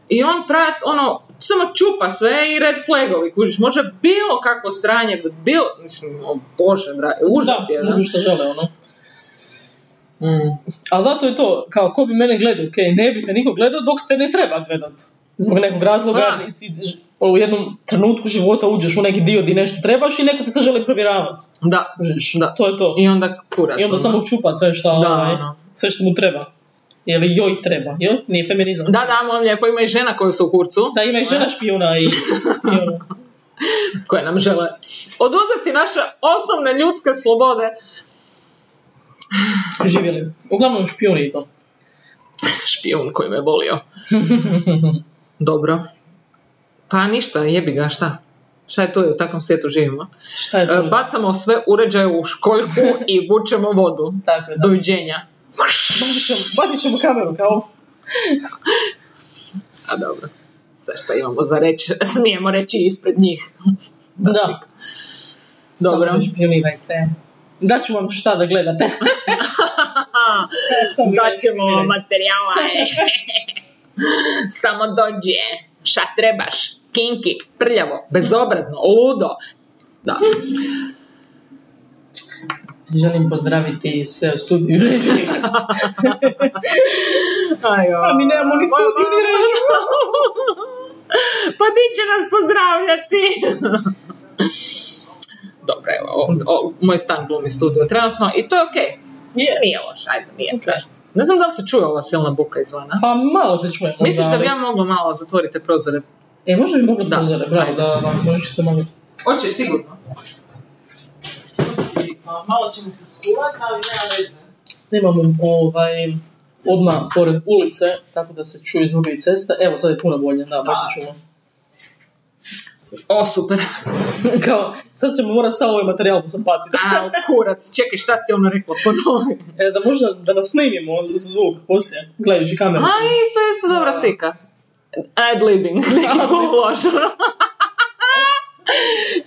Speaker 1: i on prat, ono, samo čupa sve i red flagovi, kužiš, može bilo kakvo sranje, za bilo, mislim, o bože, dragi, užas
Speaker 2: da,
Speaker 1: je, da.
Speaker 2: mogu što žele, ono.
Speaker 1: Mm.
Speaker 2: Ali da, to je to, kao ko bi mene gledao, okej, ne bi te niko gledao dok te ne treba gledat. Zbog nekog razloga,
Speaker 1: Da.
Speaker 2: jer si ž- u jednom trenutku života uđeš u neki dio di nešto trebaš i neko te sad želi provjeravati.
Speaker 1: Da,
Speaker 2: Kužiš,
Speaker 1: Da.
Speaker 2: to je to.
Speaker 1: i onda kurac.
Speaker 2: I onda
Speaker 1: ono.
Speaker 2: samo čupa sve što,
Speaker 1: Da,
Speaker 2: ovaj,
Speaker 1: ono.
Speaker 2: sve što mu treba. Jeli joj treba, jel? Nije feminizam.
Speaker 1: Da, da, molim lijepo, ima i žena koje su u kurcu,
Speaker 2: Da, ima i žena špijuna i... i ono.
Speaker 1: koje nam žele oduzeti naše osnovne ljudske slobode.
Speaker 2: živjeli. Uglavnom špijuni i to.
Speaker 1: Špijun koji me je volio. Dobro. Pa ništa, jebi ga, šta? Šta je to, u takvom svijetu živimo?
Speaker 2: Šta je to?
Speaker 1: E, Bacamo sve uređaje u školjku i vučemo vodu.
Speaker 2: Tako je, da.
Speaker 1: Doviđenja.
Speaker 2: Bacit ćemo, bacit ćemo kameru kao...
Speaker 1: A dobro. Sve što imamo za reći, smijemo reći ispred njih.
Speaker 2: Da.
Speaker 1: Dobro.
Speaker 2: Samo špijunirajte. Daću vam šta da gledate. Samo špijunirajte.
Speaker 1: materijala. Samo dođe. Šta trebaš? Kinki, prljavo, bezobrazno, ludo. Da.
Speaker 2: Želim pozdraviti sve u studiju.
Speaker 1: Ajo.
Speaker 2: A Pa mi nemamo ni studiju, ni režiju.
Speaker 1: Pa ti će nas pozdravljati. Dobro, evo, o, o, moj stan glumi studio trenutno i to je okej.
Speaker 2: Je.
Speaker 1: Nije loš, ajde, nije strašno. Ne znam da li se čuje ova silna buka izvana.
Speaker 2: Pa malo se čujemo.
Speaker 1: Misliš da bi ja
Speaker 2: ali-
Speaker 1: mogla malo zatvoriti te prozore?
Speaker 2: E, možda bi mogla
Speaker 1: Da.
Speaker 2: pozore, bravo, da, da, možeš se malo...
Speaker 1: Hoće, sigurno.
Speaker 2: Malo ćemo se suvati, ali nema veze. Snimamo ovaj, odmah pored ulice, tako da se čuje zvuke i cesta. Evo, sad je puno bolje, da, baš se čulo.
Speaker 1: O, super.
Speaker 2: Kao, sad ćemo morati samo ovaj materijal baciti.
Speaker 1: A, kurac, čekaj, šta si ono rekla ponovi?
Speaker 2: E, da možda da nas snimimo za zvuk poslije, gledajući kameru.
Speaker 1: A, isto, isto, dobra
Speaker 2: Da.
Speaker 1: slika. Ad-libbing, neki uloženo.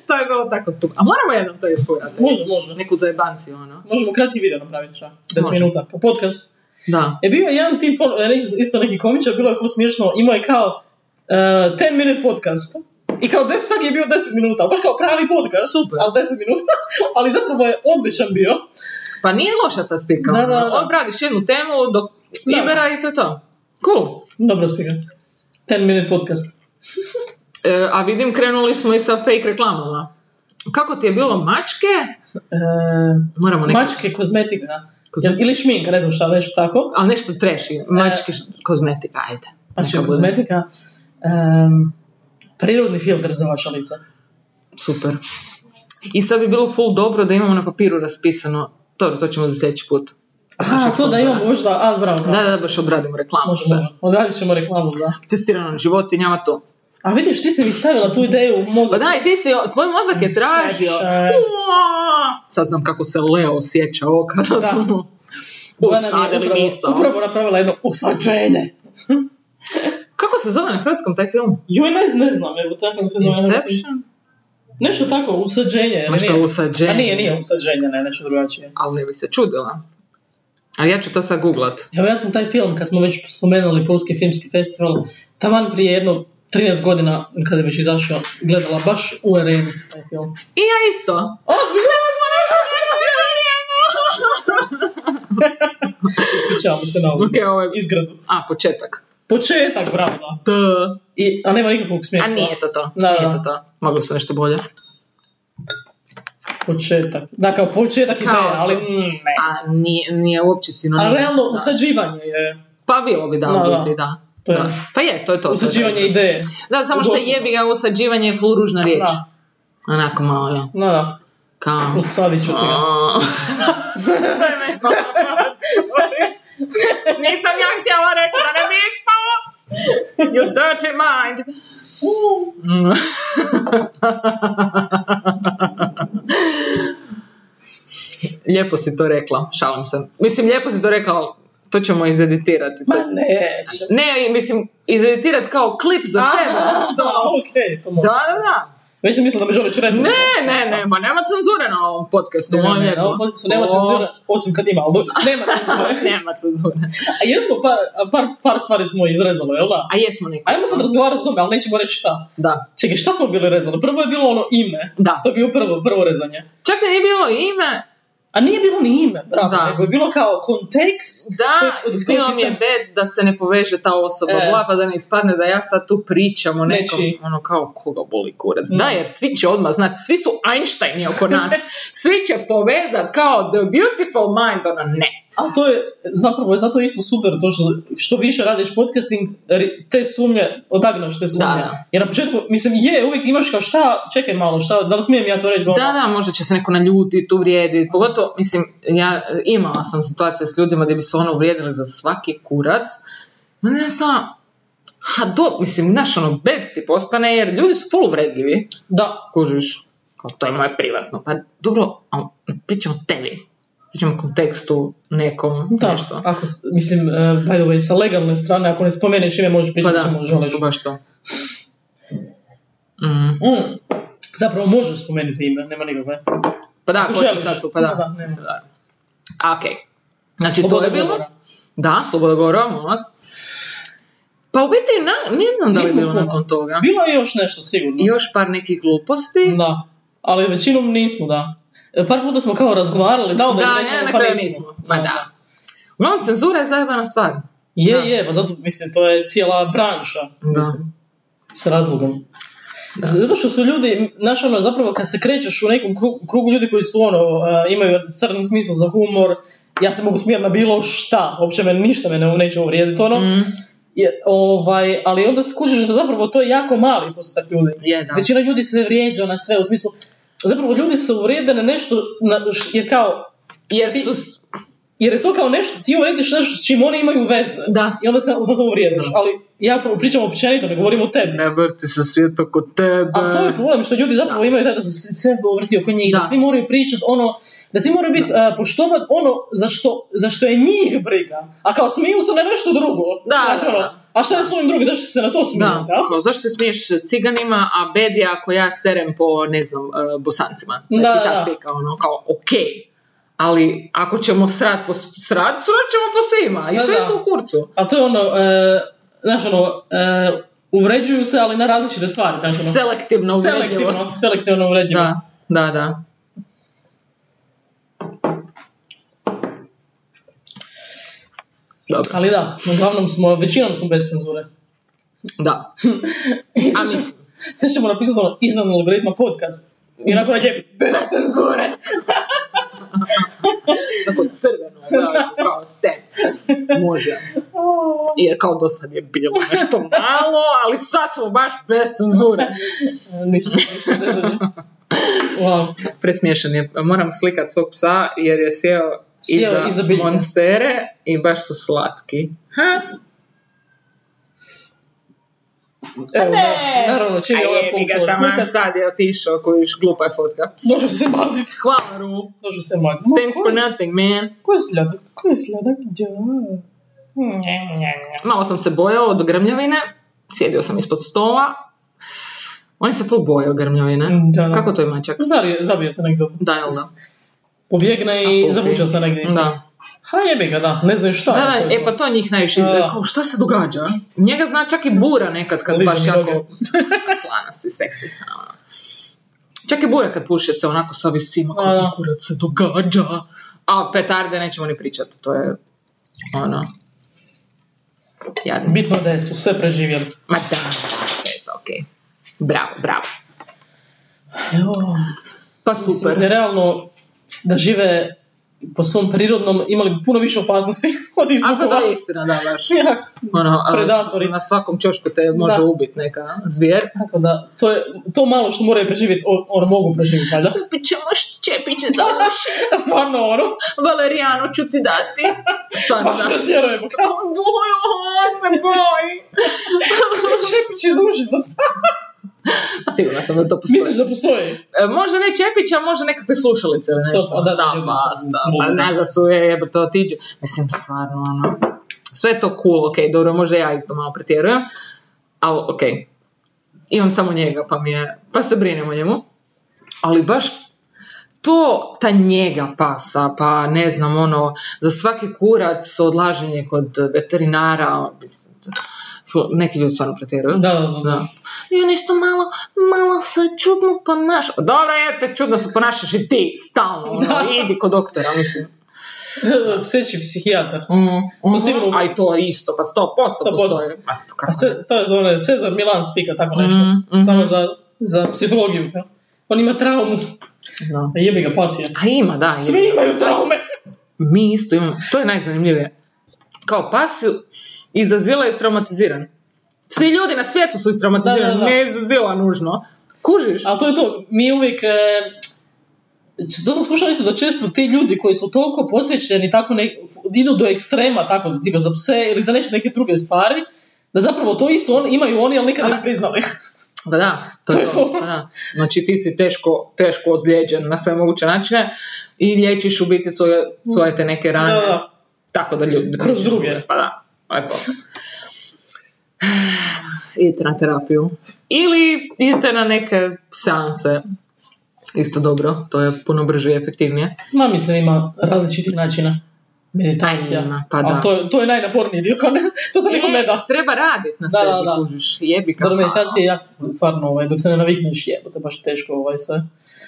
Speaker 1: to je bilo tako super. A moramo jednom to iskurati.
Speaker 2: Može, može.
Speaker 1: Neku zajebanciju, ono.
Speaker 2: Možemo kratki video napraviti čak, 10
Speaker 1: Može.
Speaker 2: minuta, pa podcast.
Speaker 1: Da.
Speaker 2: E, bio je jedan tip, on, e, isto- isto neki komičar, bilo je ful smiješno, imao je kao e, 10 minute podcast. I kao 10 sat je bio 10 minuta, ali baš kao pravi podcast,
Speaker 1: Super.
Speaker 2: ali 10 minuta, ali zapravo je odličan bio.
Speaker 1: Pa nije loša ta slika.
Speaker 2: Da,
Speaker 1: ono.
Speaker 2: da, da.
Speaker 1: Obradiš jednu temu, dok
Speaker 2: Da.
Speaker 1: ibera i to je to. Cool.
Speaker 2: Dobro spiga. 10 minute podcast.
Speaker 1: E, a vidim, krenuli smo i sa fake reklamama. Kako ti je bilo mačke?
Speaker 2: E,
Speaker 1: Moramo neke...
Speaker 2: mačke, kozmetika.
Speaker 1: Kozmetika.
Speaker 2: Ili šminka, ne znam šta, nešto tako.
Speaker 1: Ali nešto treši. Mačke, kozmetika, ajde.
Speaker 2: Mačke,
Speaker 1: Neka bude.
Speaker 2: kozmetika. Em, prirodni filter za vaša lica.
Speaker 1: Super. I sad bi bilo full dobro da imamo na papiru raspisano. Dobro, to ćemo za sljedeći put.
Speaker 2: Aha, to da imamo možda, a bravo, bravo.
Speaker 1: Da, da, baš obradimo reklamu. sve.
Speaker 2: Možemo, odradit ćemo reklamu, da.
Speaker 1: Testirano na životinjama to.
Speaker 2: A vidiš, ti si mi stavila tu ideju u
Speaker 1: Pa
Speaker 2: mozak.
Speaker 1: da, i ti si, tvoj mozak je tražio.
Speaker 2: Sećaj.
Speaker 1: Uaa! Sad znam kako se Leo osjećao kada
Speaker 2: Da.
Speaker 1: su mu
Speaker 2: Ona mi je
Speaker 1: usadili
Speaker 2: upravo-
Speaker 1: misao.
Speaker 2: Upravo napravila jedno usađenje.
Speaker 1: Kako se zove na hrvatskom taj film?
Speaker 2: Joj, ne, ne znam, evo tako mi se zove.
Speaker 1: Inception?
Speaker 2: Nešto tako, usađenje. ili
Speaker 1: Ma šta,
Speaker 2: nije?
Speaker 1: usađenje?
Speaker 2: A nije, nije usađenje, ne, nešto drugačije.
Speaker 1: Ali ne bi se čudila. Ali ja ću to sad googlat.
Speaker 2: Evo ja sam taj film, kad smo već spomenuli Polski filmski festival, taman prije jedno 13 godina, kada je već izašao, gledala baš u areni taj film.
Speaker 1: I ja isto.
Speaker 2: Ozbiljno!
Speaker 1: smo nešto
Speaker 2: Ispričavam se na ovu
Speaker 1: Ok, ovo je...
Speaker 2: izgradu.
Speaker 1: A, početak.
Speaker 2: Početak, bravo, da.
Speaker 1: Da.
Speaker 2: I, a nema nikakvog
Speaker 1: A
Speaker 2: smjesa.
Speaker 1: nije to to.
Speaker 2: E, Da,
Speaker 1: nije
Speaker 2: da.
Speaker 1: to to. Mogli su nešto bolje.
Speaker 2: Početak. Da, kao početak
Speaker 1: Kao
Speaker 2: ideja, ali
Speaker 1: to.
Speaker 2: mm, ne.
Speaker 1: E, A nije, nije uopće sinonim.
Speaker 2: A realno,
Speaker 1: Da.
Speaker 2: usađivanje je.
Speaker 1: Pa bilo bi da,
Speaker 2: Da, da.
Speaker 1: u biti, da.
Speaker 2: To je.
Speaker 1: Da. Pa je, to je to.
Speaker 2: Usađivanje ideje.
Speaker 1: Da, samo što
Speaker 2: Doslovno.
Speaker 1: jebi ga usađivanje je full ružna riječ.
Speaker 2: Da,
Speaker 1: Onako malo, ja.
Speaker 2: da, da.
Speaker 1: Kao...
Speaker 2: Usadit ću ti ga.
Speaker 1: A. Nisam ja htjela reći da ne bi ispalo. You dirty mind. Mm. lijepo si to rekla, šalim se. Mislim, lijepo si to rekla, ali to ćemo izeditirati.
Speaker 2: Ma
Speaker 1: To-
Speaker 2: neće.
Speaker 1: Ne, mislim, izeditirati kao klip za sebe.
Speaker 2: Da, okej, to mogu.
Speaker 1: Da, da, da.
Speaker 2: Već sam mislila da me želiš reći.
Speaker 1: Ne, ne, ne, ma nema cenzure na ovom podcastu,
Speaker 2: Ne,
Speaker 1: molim
Speaker 2: ne, ne,
Speaker 1: lijepo.
Speaker 2: na ovom podcastu nema
Speaker 1: O,
Speaker 2: cenzure, osim kad ima, ali dobro, nema cenzure.
Speaker 1: nema cenzure.
Speaker 2: A jesmo par, par, par stvari smo izrezali, jel da?
Speaker 1: A jesmo neki.
Speaker 2: Ajmo sad razgovarati o tome, ali nećemo reći šta.
Speaker 1: Da,
Speaker 2: Čekaj, šta smo bili rezali? Prvo je bilo ono ime.
Speaker 1: da.
Speaker 2: To je bilo prvo, prvo rezanje.
Speaker 1: Čak da nije bilo ime,
Speaker 2: A nije bilo ni ime, bravo,
Speaker 1: Da.
Speaker 2: nego je bilo kao kontekst.
Speaker 1: da,
Speaker 2: Koji- s kojim
Speaker 1: bilo mi je
Speaker 2: sam-
Speaker 1: bed da se ne poveže ta osoba,
Speaker 2: E. Znači-
Speaker 1: bla, pa da ne ispadne da ja sad tu pričam o nekom,
Speaker 2: Nečiji.
Speaker 1: ono kao koga boli kurac.
Speaker 2: Mm.
Speaker 1: Da, jer svi će odmah znati, svi su Einsteini oko nas, svi će povezat kao the beautiful mind, ono ne.
Speaker 2: A to je, zapravo je zato isto super, to što, što više radiš podcasting, ri- te sumnje, odagnaš te sumnje.
Speaker 1: Da, da.
Speaker 2: Jer na početku, mislim, je, uvijek imaš kao šta, čekaj malo, šta, da li smijem ja to reći?
Speaker 1: Da, da, možda će se neko naljutiti, uvrijediti, pogotovo, mislim, ja e, imala sam situacije s ljudima gdje bi se ono uvrijedili za svaki kurac, no ne sam, ono, ha, do, mislim, znaš, ono, bed ti postane, jer ljudi su full uvredljivi.
Speaker 2: Da,
Speaker 1: kužiš, kao to je moje privatno. Pa dobro, ali pričamo o tebi. Pričamo o kontekstu nekom,
Speaker 2: da.
Speaker 1: nešto.
Speaker 2: Ako, s- mislim, eh, by the way, sa legalne strane, ako ne spomeneš ime, možeš
Speaker 1: Pa
Speaker 2: pričati
Speaker 1: da,
Speaker 2: čemu želiš.
Speaker 1: baš to. Mm.
Speaker 2: Mm. Zapravo možeš spomenuti ime, nema nikakve.
Speaker 1: Pa da,
Speaker 2: Ako
Speaker 1: ko će
Speaker 2: želiš.
Speaker 1: sad tu, pa da.
Speaker 2: Da, da, nema.
Speaker 1: Mislim, da. A, okej. Znači, to
Speaker 2: Sloboda
Speaker 1: je bilo...
Speaker 2: govora.
Speaker 1: Da, sloboda govora, molim vas. Pa u biti, na, ne znam da li je
Speaker 2: Nismo
Speaker 1: bilo
Speaker 2: puno.
Speaker 1: nakon toga.
Speaker 2: Bilo je još nešto, sigurno.
Speaker 1: Još par nekih gluposti.
Speaker 2: Da, ali većinom nismo, da. E, Par puta smo kao razgovarali, da,
Speaker 1: Da,
Speaker 2: onda je
Speaker 1: ne,
Speaker 2: rečeno,
Speaker 1: na
Speaker 2: pa
Speaker 1: kraju
Speaker 2: nismo.
Speaker 1: nismo. Ma da. Uglavnom, cenzura je zajebana stvar.
Speaker 2: Je,
Speaker 1: Da.
Speaker 2: je, pa zato, mislim, to je cijela branša.
Speaker 1: Da.
Speaker 2: Mislim, s razlogom. Zato što su ljudi, znaš ono, zapravo kad se krećeš u nekom kru- krugu ljudi koji su ono, e, imaju crn smisao za humor, ja se mogu smijati na bilo šta, uopće me ništa me ne, neće uvrijediti, ono.
Speaker 1: Mm.
Speaker 2: Je, ovaj, ali onda skužiš da zapravo to je jako mali postotak ljudi.
Speaker 1: Je, da.
Speaker 2: Većina ljudi se vrijeđa na sve, u smislu, zapravo ljudi se uvrijede na nešto, na, š- jer kao,
Speaker 1: Jer
Speaker 2: Ti-
Speaker 1: su... s-
Speaker 2: jer je to kao nešto, ti uvrediš nešto s čim oni imaju veze.
Speaker 1: Da.
Speaker 2: I onda se onda to uvrijediš, ali ja pro- pričam općenito, ne govorim o tebi.
Speaker 1: Ne vrti se svijet oko tebe.
Speaker 2: A to je problem što ljudi zapravo imaju taj da se sve vrti oko njih, da,
Speaker 1: Da.
Speaker 2: svi moraju pričati ono, da svi moraju biti uh, poštovati ono za što, za što je njih briga. A kao smiju se na nešto drugo.
Speaker 1: Da, da,
Speaker 2: ono,
Speaker 1: da.
Speaker 2: A šta je s ovim drugim, zašto se na to smiju?
Speaker 1: Da,
Speaker 2: da?
Speaker 1: kao, zašto se smiješ ciganima, a bedija ako ja serem po, ne znam, e, bosancima. Znači,
Speaker 2: Da,
Speaker 1: ta
Speaker 2: da.
Speaker 1: slika, ono, kao, okej. Ali ako ćemo srat po s- srat, srat ćemo po svima. I
Speaker 2: Da,
Speaker 1: sve
Speaker 2: da.
Speaker 1: su u kurcu.
Speaker 2: A to je ono, uh, znaš ono, uh, uvređuju se ali na različite stvari. Znači, ono,
Speaker 1: Selektivna
Speaker 2: selektivno,
Speaker 1: uvredljivost.
Speaker 2: selektivno uvredljivost.
Speaker 1: Da, da, da. Dobro,
Speaker 2: Ali da, uglavnom smo, većinom smo bez cenzure.
Speaker 1: da.
Speaker 2: I
Speaker 1: A
Speaker 2: sad ćemo-
Speaker 1: mislim,
Speaker 2: Sad ćemo napisati ono, izvan algoritma podcast. I nakon je lijepi, bez cenzure.
Speaker 1: tako crveno, da, kao step. Može. Jer kao do sad je bilo nešto malo, ali sad smo baš bez cenzure.
Speaker 2: ništa, ništa, ne znam. Wow.
Speaker 1: Presmiješan je. Moram slikat svog psa jer je sjeo
Speaker 2: Sjeo
Speaker 1: iza,
Speaker 2: iza biljke.
Speaker 1: monstere i baš su slatki. Ha?
Speaker 2: Evo,
Speaker 1: Pa Ne.
Speaker 2: da, naravno, čim je
Speaker 1: A
Speaker 2: ova
Speaker 1: jebi ga,
Speaker 2: pokušala
Speaker 1: taman
Speaker 2: slikat,
Speaker 1: sad je otišao, kojiš, glupa je fotka.
Speaker 2: može se maziti.
Speaker 1: Hvala, Ru.
Speaker 2: Može se maziti.
Speaker 1: Thanks for nothing, man.
Speaker 2: Ko je sladak? Ko je sladak? Ja.
Speaker 1: Malo sam se bojao od grmljavine. Sjedio sam ispod stola. Oni se full boje od grmljavine.
Speaker 2: Mm, Da. no.
Speaker 1: Kako to ima čak?
Speaker 2: Zario- Zabio se negdje.
Speaker 1: Da, jel da?
Speaker 2: Pobjegne
Speaker 1: A,
Speaker 2: i
Speaker 1: ok.
Speaker 2: zavuča se negdje.
Speaker 1: Da.
Speaker 2: Ha jebi ga, da. Ne znaš šta.
Speaker 1: Da, da,
Speaker 2: je to. no.
Speaker 1: e pa to njih najviše izgleda.
Speaker 2: Da.
Speaker 1: Kao, šta se događa? Njega zna čak i bura nekad kad
Speaker 2: Liže
Speaker 1: baš
Speaker 2: mi
Speaker 1: jako...
Speaker 2: noge.
Speaker 1: Slana si, seksi. A. Čak i bura kad puše se onako sa viscima,
Speaker 2: A,
Speaker 1: kako
Speaker 2: da.
Speaker 1: kurac se događa. A petarde nećemo ni pričati, to je ono... Jadno.
Speaker 2: Bitno da su sve preživjeli.
Speaker 1: Ma da, sve je to okej. Bravo, bravo.
Speaker 2: Evo,
Speaker 1: Pa super.
Speaker 2: Jer realno da žive po svom prirodnom imali bi puno više opasnosti od tih
Speaker 1: Ako
Speaker 2: zvukova.
Speaker 1: da je istina, da, baš.
Speaker 2: Ja.
Speaker 1: Ono, a,
Speaker 2: Predatori.
Speaker 1: na svakom čošku te može
Speaker 2: Da.
Speaker 1: ubit neka zvijer.
Speaker 2: Tako da, to, je, to malo što moraju preživjeti, o- ono mogu preživjeti, valjda.
Speaker 1: Kupit ćemo ščepiće za uši.
Speaker 2: Stvarno ono,
Speaker 1: Valerijano ću ti dati. Stvarno,
Speaker 2: baš
Speaker 1: da.
Speaker 2: ne tjerujemo. Kao
Speaker 1: Boju, on se boji.
Speaker 2: čepić iz uši za psa.
Speaker 1: Pa sigurno sam da to postoji.
Speaker 2: Misliš da postoji?
Speaker 1: E, možda ne čepić, a možda nekakve slušalice ili nešto.
Speaker 2: Stopa, da, da, ljudi
Speaker 1: pa,
Speaker 2: su-
Speaker 1: sta,
Speaker 2: su
Speaker 1: pa,
Speaker 2: mogu.
Speaker 1: znaš da su je, jebe to otiđu. Mislim, stvarno, ono, sve je to cool, ok, dobro, možda ja isto malo pretjerujem, ali ok, imam samo njega, pa mi je, pa se brinem o njemu, ali baš to, ta njega pasa, pa ne znam, ono, za svaki kurac odlaženje kod veterinara, mislim, fu- neki ljudi stvarno pretjeruju.
Speaker 2: Da, da, da.
Speaker 1: Da. Ja nešto malo, malo se čudno ponašaš. Dobro, jete, čudno se ponašaš i ti, stalno. ono,
Speaker 2: Da.
Speaker 1: idi kod doktora, mislim.
Speaker 2: Pseći psihijatar.
Speaker 1: Mhm.
Speaker 2: sigurno-
Speaker 1: A i to isto, pa sto posto
Speaker 2: 100%.
Speaker 1: postoji. Pa, kako
Speaker 2: A se, to je ono, Cezar Milan spika tako nešto.
Speaker 1: Mhm, mhm.
Speaker 2: Samo za, za psihologiju. jel? On ima traumu.
Speaker 1: ne, da.
Speaker 2: A jebi ga pasija.
Speaker 1: A ima, da. je.
Speaker 2: Svi imaju traume.
Speaker 1: Mi isto imamo. To je najzanimljivije. Kao pas iz azila je traumatiziran. Svi ljudi na svijetu su istraumatizirani,
Speaker 2: Da, da, da.
Speaker 1: ne iz azila nužno. Kužiš?
Speaker 2: Ali to je to, mi uvijek... E, to sam skušala isto da često ti ljudi koji su toliko posvećeni tako ne, idu do ekstrema tako za tipa za pse ili za neke, neke druge stvari da zapravo to isto on, imaju oni ali nikad ne bi priznali.
Speaker 1: Pa da, to, je to. Pa da. Znači ti si teško, teško ozlijeđen na sve moguće načine i liječiš u biti svoje, svoje te neke rane.
Speaker 2: Da, da.
Speaker 1: Tako da ljudi...
Speaker 2: Kroz druge.
Speaker 1: Pa da, lepo. Idite na terapiju. Ili idite na neke seanse. Isto dobro, to je puno brže i efektivnije.
Speaker 2: Ma mislim ima različitih načina. Meditacija.
Speaker 1: Pa ima, pa da.
Speaker 2: Ali to, je- to je najnaporniji dio, kao ne- to se nikom ne da.
Speaker 1: E, treba radit na
Speaker 2: Da,
Speaker 1: sebi,
Speaker 2: da, da.
Speaker 1: kužiš. Jebi ka.
Speaker 2: Dobro, meditacija je jako, stvarno, ovaj, dok se ne navikneš, jebote, baš teško ovaj sve.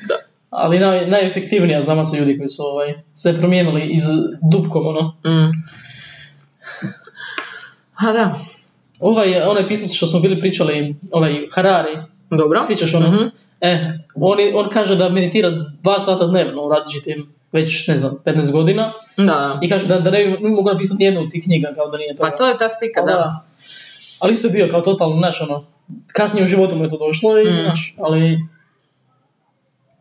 Speaker 1: Da.
Speaker 2: Ali naj, najefektivnija, znamo su ljudi koji su ovaj, se promijenili iz dupkom, ono.
Speaker 1: Mm. A da,
Speaker 2: Ovaj, onaj pisac što smo bili pričali, onaj Harari,
Speaker 1: dobro.
Speaker 2: sjećaš ono?
Speaker 1: Mhm.
Speaker 2: E, on, je- on kaže da meditira dva sata dnevno u različitim, već ne znam, 15 godina.
Speaker 1: Da, da.
Speaker 2: I kaže da, da ne, bi- ne mogu napisati nijednu od tih knjiga, kao da nije to.
Speaker 1: Pa to je ta spika, da.
Speaker 2: Ali isto je bio kao totalno, znaš, ono, kasnije u životu mu je to došlo i,
Speaker 1: Mm.
Speaker 2: znaš, ali...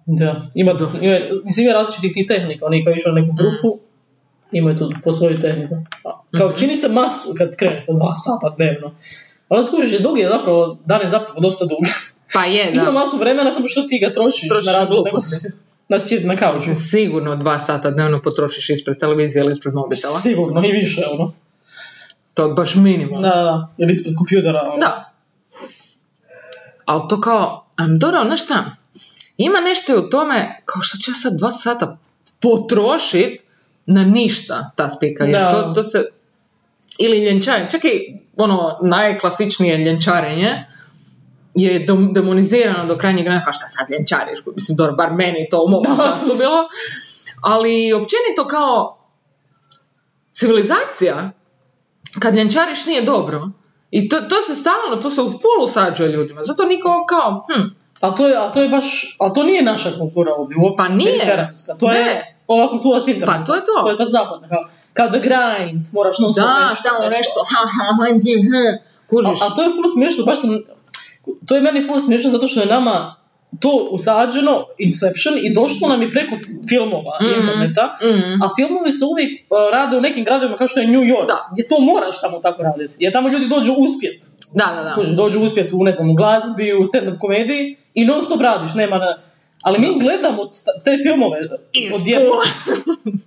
Speaker 2: Da, ima,
Speaker 1: Da. Mm.
Speaker 2: ima, mislim, ima različitih tih tehnika, oni kao išao na neku grupu, imaju tu po svoju tehniku. Kao
Speaker 1: Mm.
Speaker 2: čini se masu kad kreneš po dva sata dnevno. Ali skužiš, je dug je zapravo, dan je zapravo dosta dug.
Speaker 1: Pa je, da.
Speaker 2: Ima masu vremena, samo što ti ga trošiš,
Speaker 1: Trošiš
Speaker 2: na
Speaker 1: na
Speaker 2: različite
Speaker 1: gluposti.
Speaker 2: Na sjedi na kauču.
Speaker 1: Sigurno dva sata dnevno potrošiš ispred televizije ili ispred mobitela.
Speaker 2: Sigurno, i više, ono.
Speaker 1: To je baš minimum.
Speaker 2: Da, da, ili ispred kompjutera. ono.
Speaker 1: Da. Ali to kao, am, dobro, znaš šta, ima nešto i u tome, kao što ću ja sad dva sata potrošit na ništa ta spika. Jer
Speaker 2: Da.
Speaker 1: to, to se, ili ljenčarenje, čak i ono najklasičnije ljenčarenje, je dom- demonizirano do krajnjeg granica, šta sad ljenčariš, mislim, dobro, bar meni to u mom
Speaker 2: Da.
Speaker 1: času bilo, ali općenito kao civilizacija, kad ljenčariš nije dobro. I to, to se stalno, to se u full usađuje ljudima, zato niko kao, hm,
Speaker 2: A to je, a to je baš, a to nije naša kultura ovdje uopće.
Speaker 1: Pa nije.
Speaker 2: mediteranska. To je
Speaker 1: Ne.
Speaker 2: ova kultura s interneta.
Speaker 1: Pa to je to.
Speaker 2: To je ta zapadna. Kao, kao the grind, moraš non
Speaker 1: da, stalno nešto, ha, ha, ha, ti, he. kužiš.
Speaker 2: A, a to je ful smiješno, baš sam, to je meni ful smiješno zato što je nama to usađeno, Inception, i došlo nam je preko f- filmova,
Speaker 1: Mhm.
Speaker 2: interneta,
Speaker 1: Mm.
Speaker 2: a filmovi se uvijek e, rade u nekim gradovima kao što je New York,
Speaker 1: Da.
Speaker 2: gdje to moraš tamo tako raditi, jer tamo ljudi dođu uspjet.
Speaker 1: Da, da, da.
Speaker 2: Kužiš, dođu uspjet u, ne znam, u glazbi, u stand-up komediji i non stop radiš, nema na... Ali mi gledamo t- te filmove
Speaker 1: Iz
Speaker 2: od djeteta.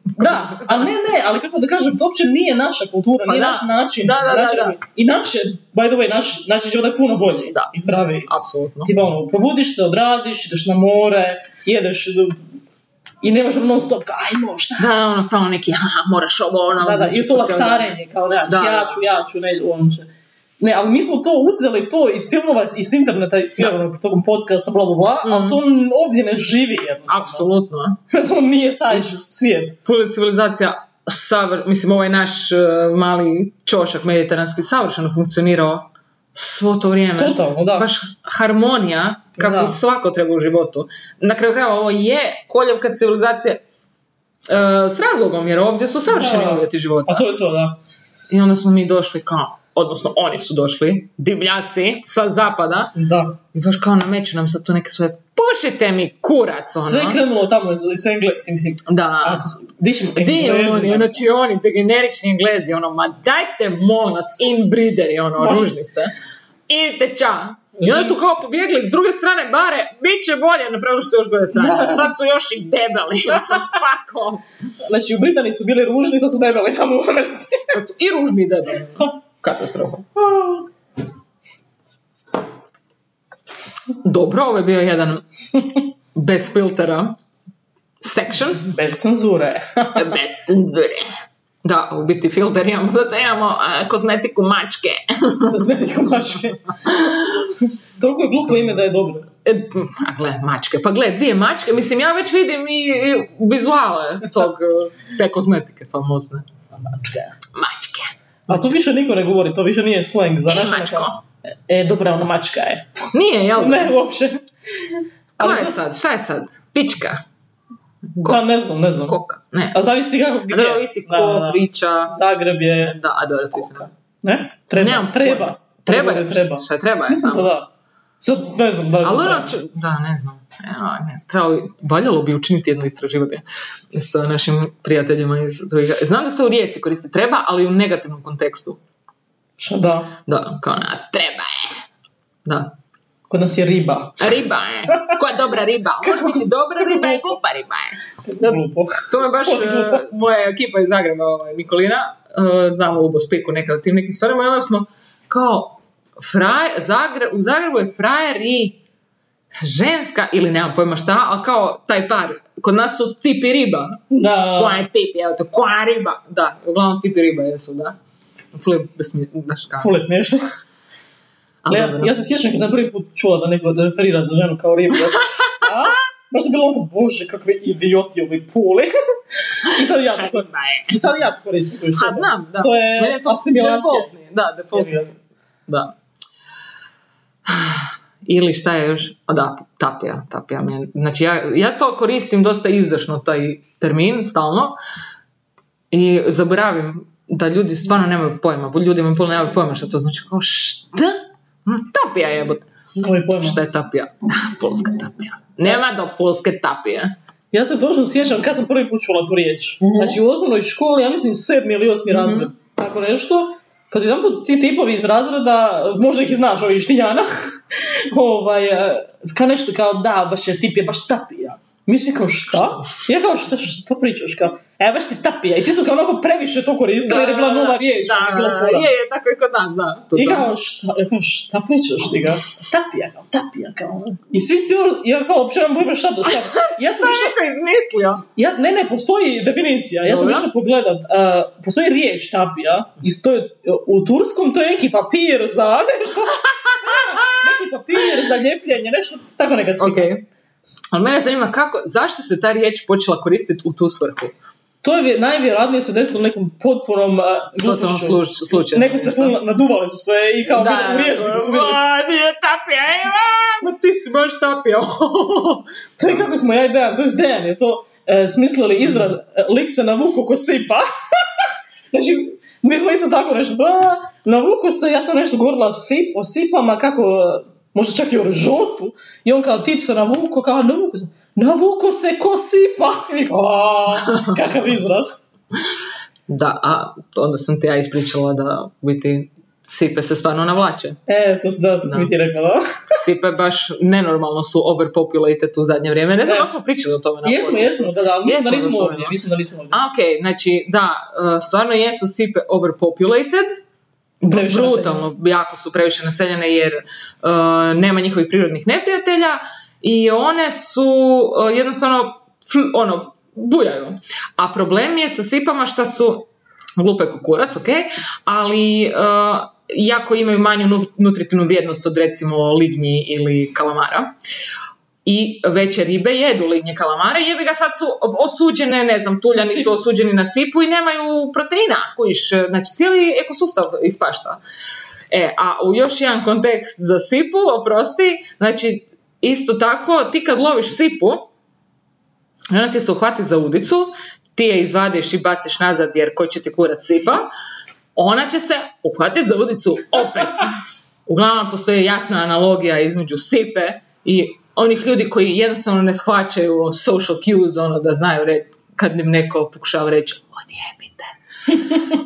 Speaker 2: Da, ali ne, ne, ali kako da kažem, to uopće nije naša kultura,
Speaker 1: Pa
Speaker 2: nije
Speaker 1: da.
Speaker 2: naš način.
Speaker 1: Da, da, da,
Speaker 2: način-
Speaker 1: da.
Speaker 2: I naš je, by the way, naš, naš život je puno bolji
Speaker 1: Da.
Speaker 2: i zdraviji.
Speaker 1: Apsolutno.
Speaker 2: Ti ono, probudiš se, odradiš, ideš na more, jedeš d- i nemaš ono non stop, kao, ajmo, šta?
Speaker 1: Da, da, ono, stalno neki, aha, moraš ovo, ono.
Speaker 2: Da, da, i to
Speaker 1: cijeli dan.
Speaker 2: laktarenje, kao ne,
Speaker 1: Da,
Speaker 2: ja
Speaker 1: da.
Speaker 2: ću, ja ću, ne, on će. Ne, ali mi smo to uzeli, to iz filmova, iz interneta, i evo, ono, tokom podcasta, bla, bla, bla, ali
Speaker 1: Mhm.
Speaker 2: to ovdje ne živi jednostavno.
Speaker 1: Apsolutno. Mhm.
Speaker 2: to nije taj svijet.
Speaker 1: Puli civilizacija, savr... mislim, ovaj naš eh, mali čošak mediteranski savršeno funkcionirao svo to vrijeme.
Speaker 2: Totalno, da.
Speaker 1: Mhm. Baš harmonija, kako
Speaker 2: Da.
Speaker 1: svako treba u životu. Na kraju krajeva, ovo je koljevka civilizacije eh, s razlogom, jer ovdje su savršeni
Speaker 2: Da.
Speaker 1: uvjeti života.
Speaker 2: Pa to je to, da.
Speaker 1: I onda smo mi došli kao, odnosno oni su došli, divljaci sa zapada,
Speaker 2: Da.
Speaker 1: i baš kao nameću nam sad tu neke svoje, pušite mi kurac, ono.
Speaker 2: Sve je krenulo tamo iz, iz engleske, mislim.
Speaker 1: da.
Speaker 2: Ako s- dišemo
Speaker 1: Di
Speaker 2: Englezi,
Speaker 1: oni,
Speaker 2: da.
Speaker 1: znači oni, te generični englezi, ono, ma dajte molim vas, inbreederi, ono,
Speaker 2: Može.
Speaker 1: ružni ste. Idite ča. I onda su kao pobjegli, s druge strane bare, bit će bolje, napravili su još gore strane.
Speaker 2: Da.
Speaker 1: Sad su još i debeli. Fuck off.
Speaker 2: Znači, u Britaniji su bili ružni, sad su debeli tamo u Americi.
Speaker 1: Sad su I ružni i debeli. Katastrofa. Dobro, ovo je bio jedan bez filtera section.
Speaker 2: Bez cenzure.
Speaker 1: bez cenzure. Da, u biti filter imamo, zato imamo a, kozmetiku mačke.
Speaker 2: Zmeni komaške. Toliko je glupo ime da je dobro.
Speaker 1: E, A gle, mačke, pa gle, dvije mačke, mislim ja već vidim i i vizuale tog, e, te kozmetike famozne.
Speaker 2: Pa Mačka.
Speaker 1: Mačke.
Speaker 2: A to više niko ne govori, to više nije slang za naše
Speaker 1: mačko.
Speaker 2: neka- E, dobra, ona mačka je.
Speaker 1: Nije, jel? da?
Speaker 2: Ne, uopće.
Speaker 1: Ko
Speaker 2: ali
Speaker 1: je
Speaker 2: za-
Speaker 1: sad? Šta je sad? Pička? Ko-
Speaker 2: Da, ne znam, ne znam.
Speaker 1: Koka? Ne.
Speaker 2: A zavisi kako gdje.
Speaker 1: A Dobro, visi ko
Speaker 2: Da, da.
Speaker 1: priča.
Speaker 2: Zagreb je...
Speaker 1: Da, a dobro, ti si-
Speaker 2: Ne? Treba.
Speaker 1: Nemam
Speaker 2: treba.
Speaker 1: pojma. Treba
Speaker 2: je.
Speaker 1: je,
Speaker 2: Treba.
Speaker 1: šta je treba je
Speaker 2: Mislim da
Speaker 1: samo.
Speaker 2: da. Sad ne znam da li
Speaker 1: Ali
Speaker 2: da
Speaker 1: ono, če- da, ne znam. Ja, ne znam, trebalo bi- valjalo bi učiniti jedno istraživanje sa našim prijateljima iz drugih. Znam da se u rijeci koristi treba, ali u negativnom kontekstu.
Speaker 2: Šta da.
Speaker 1: Da, kao na, treba je. Da.
Speaker 2: Kod nas je riba.
Speaker 1: Riba je. Koja dobra riba? Može biti dobra riba i glupa riba je. Da.
Speaker 2: Glupo.
Speaker 1: To me baš
Speaker 2: Kako glupo.
Speaker 1: eh, moja ekipa iz Zagreba, ovaj, Nikolina, eh, znamo Lubo Spiku neke od tim nekim stvarima i onda smo kao fraj, Zagre- u Zagrebu je frajer i ženska ili nemam pojma šta, ali kao taj par. Kod nas su tipi riba.
Speaker 2: Da.
Speaker 1: Koja je tip, evo to, koja riba? Da, uglavnom tipi riba jesu, da. Flip, znaš kako.
Speaker 2: Ful je smiješno.
Speaker 1: Ali
Speaker 2: Ne,
Speaker 1: dobro.
Speaker 2: ja se sjećam kad sam prvi put čula da neko referira za ženu kao ribu. Ja sam, "A?" Baš sam bila onako, bože, kakve idioti ovi puli. I sad ja
Speaker 1: Šta
Speaker 2: to,
Speaker 1: riba je?
Speaker 2: i sad ja to koristim. koji
Speaker 1: A
Speaker 2: što-
Speaker 1: znam, da.
Speaker 2: To je
Speaker 1: Meni
Speaker 2: asimilacija.
Speaker 1: defaultni, Da, defaultni, da. Ili šta je još? A da, tapija, tapija. meni- Znači, ja, ja to koristim dosta izdašno, taj termin, stalno. I zaboravim da ljudi stvarno nemaju pojma. Ljudi mi puno nemaju pojma šta to znači. Kao, šta? No, tapija jebote.
Speaker 2: Nemoj pojma.
Speaker 1: Šta je tapija? Ah, Polska tapija. Nema do polske tapije.
Speaker 2: Ja se točno sjećam kad sam prvi put čula tu riječ. Znači u osnovnoj školi, ja mislim sedmi ili osmi razred, tako nešto. Kad jedan put ti tipovi iz razreda, možda ih i znaš, ovih štinjana, ovaj, eh, kao nešto kao da, baš je tip, je baš tapija. Mi svi kao šta? Ja kao šta, šta pričaš kao? E, baš si tapija. I svi su kao onako previše to koristili jer je bila nova riječ.
Speaker 1: Da,
Speaker 2: bila
Speaker 1: da,
Speaker 2: fora.
Speaker 1: je, je, tako i kod nas, da. To,
Speaker 2: I
Speaker 1: to.
Speaker 2: kao, šta, ja kao, šta pričaš ti ga? Tapija, kao, tapija, kao. ono. I svi cijelo, ja kao, uopće nemam pojma šta to, šta. to. Ja sam
Speaker 1: To je
Speaker 2: išla-
Speaker 1: neko izmislio.
Speaker 2: ja, ne, ne, postoji definicija. Ja sam
Speaker 1: Dobro.
Speaker 2: išla pogledat. Uh, postoji riječ tapija. I to je, u turskom to je neki papir za nešto. neki papir za ljepljenje, nešto tako neka
Speaker 1: Ok.
Speaker 2: spika.
Speaker 1: Ali mene zanima kako, zašto se ta riječ počela koristiti u tu svrhu?
Speaker 2: To je vje- najvjerojatnije se desilo nekom potpunom uh,
Speaker 1: Totalno
Speaker 2: glupošću.
Speaker 1: sluč- slučajno.
Speaker 2: Neko se tu naduvale su se i kao da,
Speaker 1: da,
Speaker 2: riječku su vidjeli.
Speaker 1: "Ma, ti je tapija, e, a, ma ti si baš tapija.
Speaker 2: To je kako smo ja i Dejan, to je Dejan je to e, smislili izraz, e, lik se navuko ko sipa. znači, mi smo isto tako nešto, ba, navuko se, ja sam nešto govorila sip, o sipama, kako e, možda čak i o režotu, i on kao tip se navuko, kao navuko se, navuko se ko sipa, i mi kao, "A, kakav izraz.
Speaker 1: Da, a onda sam ti ja ispričala da u biti sipe se stvarno navlače.
Speaker 2: E, to, s- da, to si
Speaker 1: Da.
Speaker 2: mi ti rekla, no. da.
Speaker 1: Sipe baš nenormalno su overpopulated u zadnje vrijeme. Ne znam,
Speaker 2: Da.
Speaker 1: da smo pričali o tome na
Speaker 2: Jesmo,
Speaker 1: podcastu.
Speaker 2: jesmo, da, da, ali mislim da
Speaker 1: Jesmo,
Speaker 2: nismo
Speaker 1: da smo,
Speaker 2: ovdje,
Speaker 1: da.
Speaker 2: mislim da nismo ovdje.
Speaker 1: A, okej, znači, da, e, stvarno jesu sipe overpopulated, Br-
Speaker 2: Previše
Speaker 1: brutalno, jako su previše naseljene jer e, nema njihovih prirodnih neprijatelja i one su e, jednostavno, fl- ono, bujaju. A problem je sa sipama što su glupe kukurac, ok, ali e, jako imaju manju nu- nutritivnu vrijednost od recimo lignji ili kalamara. I veće ribe jedu lignje kalamare, jebi ga sad su osuđene, ne znam, tuljani su osuđeni na sipu i nemaju proteina, kujiš, znači cijeli ekosustav ispašta. E, a u još jedan kontekst za sipu, oprosti, znači isto tako, ti kad loviš sipu, ona ti se uhvati za udicu, ti je izvadiš i baciš nazad jer koji će ti kurat sipa, ona će se uhvatiti za udicu opet. Uglavnom postoji jasna analogija između sipe i onih ljudi koji jednostavno ne shvaćaju social cues, ono da znaju re- kad im neko pokušava reći odjebite.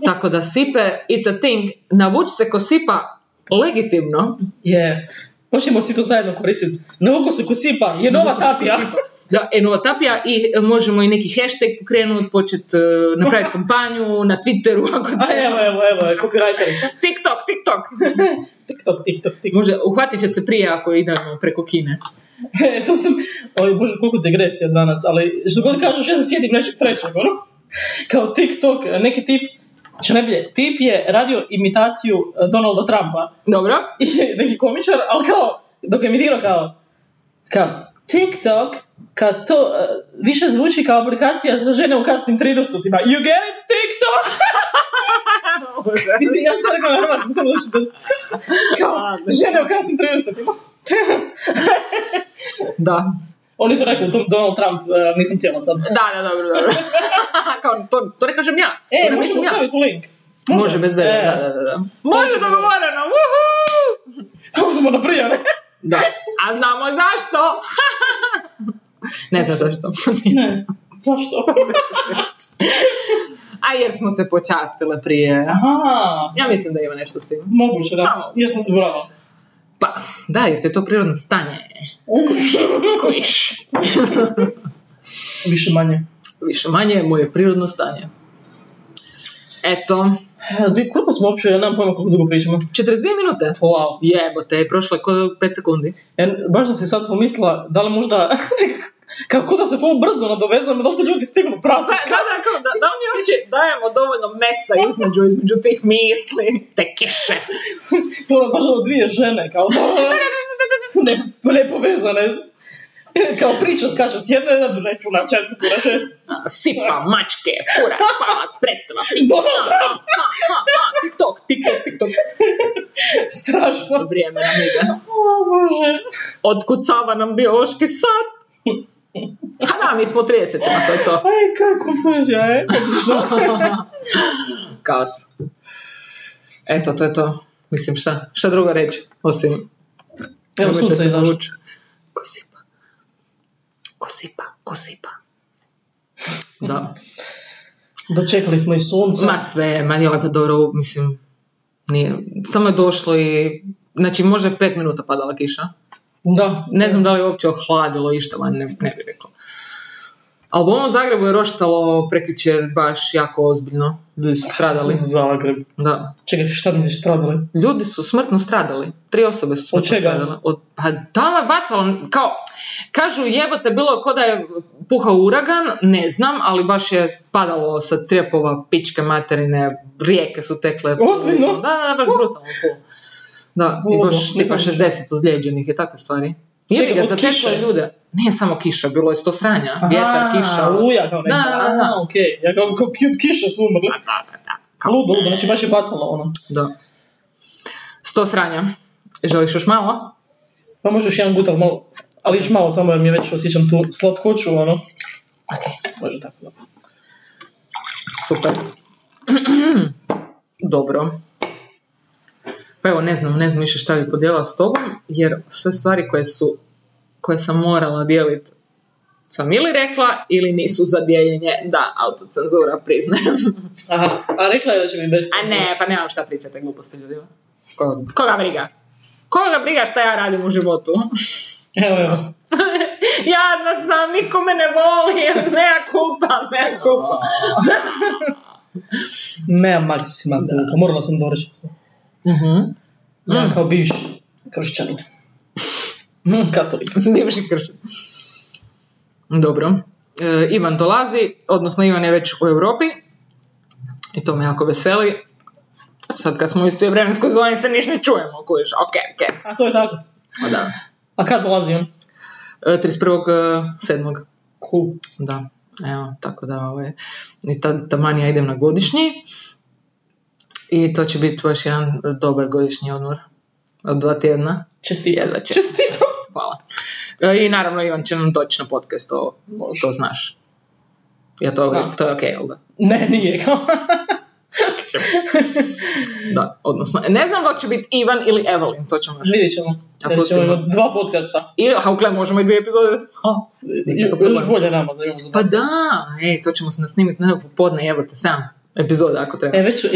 Speaker 1: Tako da sipe, it's a thing, navući se ko sipa legitimno,
Speaker 2: Je. Počnemo svi to zajedno koristiti. Navuko se ko sipa, je nova tapija.
Speaker 1: Da, Enova Tapija i e, možemo i neki hashtag pokrenut, počet e, napraviti kampanju na Twitteru, ako
Speaker 2: A
Speaker 1: da.
Speaker 2: Pa evo, evo, evo, je copywriterica.
Speaker 1: TikTok, TikTok.
Speaker 2: TikTok, TikTok, TikTok.
Speaker 1: Može, uhvatit će se prije ako idemo preko Kine.
Speaker 2: E, to sam, oj bože, koliko digresija danas, ali što god kažeš, ja se sjetim nečeg trećeg, ono. Kao TikTok, neki tip, što najbolje, tip je radio imitaciju eh, Donalda Trumpa.
Speaker 1: Dobro?
Speaker 2: I je neki komičar, ali kao, dok je imitirao kao, kao, TikTok, kad to eh, više zvuči kao aplikacija za žene u kasnim 30-ima. You get it, TikTok! Mislim, ja sam rekla na hrvatskom, samo da ću da... Kao, žene u kasnim 30-ima.
Speaker 1: Da.
Speaker 2: On je to rekao, Don- Donald Trump, eh, nisam htjela sad.
Speaker 1: Da, da, dobro, dobro. Kao, to, to ne kažem ja. to
Speaker 2: E,
Speaker 1: ne
Speaker 2: možemo
Speaker 1: mislim ja.
Speaker 2: staviti u link.
Speaker 1: Može, bez veze,
Speaker 2: E.
Speaker 1: da, da, da, da.
Speaker 2: Može,
Speaker 1: Može dogovoreno, wuhu!
Speaker 2: Kako smo naprijane?
Speaker 1: Da. A znamo zašto! ne znam zašto.
Speaker 2: Ne. Zašto?
Speaker 1: A jer smo se počastile prije.
Speaker 2: Aha.
Speaker 1: Ja mislim da ima nešto s tim.
Speaker 2: Moguće, da. Ja sam se brala.
Speaker 1: Pa, da, jer ti je to prirodno stanje. Kojiš.
Speaker 2: Više manje.
Speaker 1: Više manje je moje prirodno stanje. Eto,
Speaker 2: E, di- Koliko smo uopće, ja nemam pojma koliko dugo pričamo.
Speaker 1: 42 minute.
Speaker 2: Wow.
Speaker 1: Jebote, je prošlo ko 5 sekundi.
Speaker 2: E, baš da si sad pomislila, da li možda... Kako da se ovo brzo nadovezamo, da li to ljudi stignu pratiti?
Speaker 1: Da, da, kao da, da li mi uopće dajemo dovoljno mesa između, između tih misli, te kiše.
Speaker 2: To ono, baš ono dvije žene, kao ne, ne povezane. Kao priča skače s jedne na treću, na četvrtu, na šest.
Speaker 1: A, Sipa, mačke, kurac, palac, predstava, tik, ha,
Speaker 2: Donald Trump!
Speaker 1: ha, ha, ha, tiktok, tiktok, tiktok.
Speaker 2: Strašno.
Speaker 1: Vrijeme nam ide.
Speaker 2: O, Bože.
Speaker 1: Otkucava nam biološki sat. Ha da, mi smo u 30-ima, to je to.
Speaker 2: Aj, kakva konfuzija, e.
Speaker 1: Kaos. Eto, to je to. Mislim, šta? Šta drugo reći? Osim...
Speaker 2: Evo,
Speaker 1: nemojte
Speaker 2: sunce
Speaker 1: se
Speaker 2: izašlo.
Speaker 1: zavući. Ko sipa? Ko sipa? Ko sipa? Da.
Speaker 2: Dočekali smo i sunce.
Speaker 1: Ma sve, ma joj, pa dobro, mislim... Nije. Samo je došlo i... Znači, možda je pet minuta padala kiša.
Speaker 2: Da.
Speaker 1: Ne znam da li je uopće ohladilo išta, van, ne, ne bih rekla. Ali u ovom Zagrebu je roštalo prekjučer baš jako ozbiljno. Ljudi su stradali.
Speaker 2: Zagreb.
Speaker 1: Da.
Speaker 2: Čekaj, šta misliš, stradali?
Speaker 1: Ljudi su smrtno stradali. Tri osobe su smrtno
Speaker 2: Od čega?
Speaker 1: stradale. Od, pa tamo je bacalo, kao, kažu jebote, bilo je ko da je puhao uragan, ne znam, ali baš je padalo sa crijepova, pičke materine, rijeke su tekle.
Speaker 2: Ozbiljno?
Speaker 1: Da, da, baš brutalno. ful. Da, i
Speaker 2: Ludo,
Speaker 1: baš tipa
Speaker 2: nisam
Speaker 1: 60 ozlijeđenih i takve stvari. Jebi
Speaker 2: Čekaj,
Speaker 1: ga,
Speaker 2: od
Speaker 1: zateklo je
Speaker 2: kiše?
Speaker 1: ljude. Nije samo kiša, bilo je sto sranja. Vjetar, kiša.
Speaker 2: Luja, kao neka.
Speaker 1: Da, da, da.
Speaker 2: Aha, okej. Ja kao, kao cute kiša su umrli.
Speaker 1: Da, da, da. Kao,
Speaker 2: Ludo, ludo, znači baš je bacalo ono.
Speaker 1: da. Sto sranja. Želiš još malo?
Speaker 2: Pa može još jedan gutal malo. Ali još malo, samo jer mi je već osjećam tu slatkoću, ono. Može tako. da.
Speaker 1: Super. Dobro. Pa evo, ne znam, ne znam više šta bi podijela s tobom, jer sve stvari koje su, koje sam morala dijeliti sam ili rekla ili nisu za dijeljenje, da, autocenzura, priznajem.
Speaker 2: Aha, a rekla je da će mi bez...
Speaker 1: A ne, pa nemam šta pričati gluposti ljudima. Koga, koga briga? Koga briga šta ja radim u životu?
Speaker 2: Evo, evo.
Speaker 1: Jadna sam, niko me ne voli, mea kupa, mea kupa.
Speaker 2: Mea maxima kupa. Morala sam doreći sve.
Speaker 1: Mhm.
Speaker 2: Ja kao bivši kršćanin. Mm, Katolik.
Speaker 1: Bivši kršćan. Dobro. E, Ivan dolazi, odnosno Ivan je već u Europi i to me jako veseli. Sad kad smo u istoj vremenskoj zoni se niš ne čujemo, kužiš, ok, ok.
Speaker 2: A to je tako.
Speaker 1: O, Da.
Speaker 2: A kad dolazi on?
Speaker 1: E, 31.7.
Speaker 2: Cool.
Speaker 1: Da, evo, tako da ovaj, i ta, taman ja idem na godišnji i to će biti baš jedan dobar godišnji odmor od dva tjedna.
Speaker 2: Čestitam.
Speaker 1: Jedva će.
Speaker 2: Čestitam.
Speaker 1: Hvala. E, I naravno Ivan će nam doći na podcast, to,
Speaker 2: Može.
Speaker 1: to znaš. Ja to,
Speaker 2: Znam.
Speaker 1: to je okej, jel da?
Speaker 2: Ne, nije kao.
Speaker 1: Da, odnosno, ne znam da li će biti Ivan ili Evelyn, to ćemo još.
Speaker 2: Vidjet ćemo.
Speaker 1: A
Speaker 2: Vidjet ćemo
Speaker 1: pustimo.
Speaker 2: imati dva podcasta.
Speaker 1: I, ha, gle, možemo i dvije epizode.
Speaker 2: Ha,
Speaker 1: Nikakav
Speaker 2: jo- još
Speaker 1: problem.
Speaker 2: bolje nama da imamo za
Speaker 1: Pa da, ej, to ćemo se nasnimiti na popodne, evo te sam epizoda ako treba.
Speaker 2: E, već e,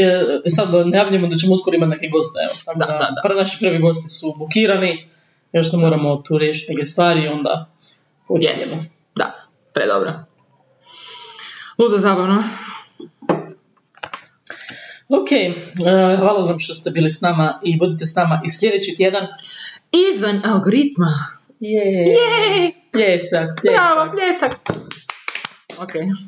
Speaker 2: sad najavljamo da ćemo uskoro imati neke goste. Evo. Tako
Speaker 1: Da, da, da.
Speaker 2: prvi- naši prvi gosti su bukirani, još se moramo tu riješiti neke stvari i onda počinjemo.
Speaker 1: Yes. Da, predobro. Ludo zabavno.
Speaker 2: Ok, e, hvala vam što ste bili s nama i budite s nama i sljedeći tjedan.
Speaker 1: Izvan algoritma.
Speaker 2: Je,
Speaker 1: Ej,
Speaker 2: pljesak, pljesak.
Speaker 1: bravo, pljesak. Okej.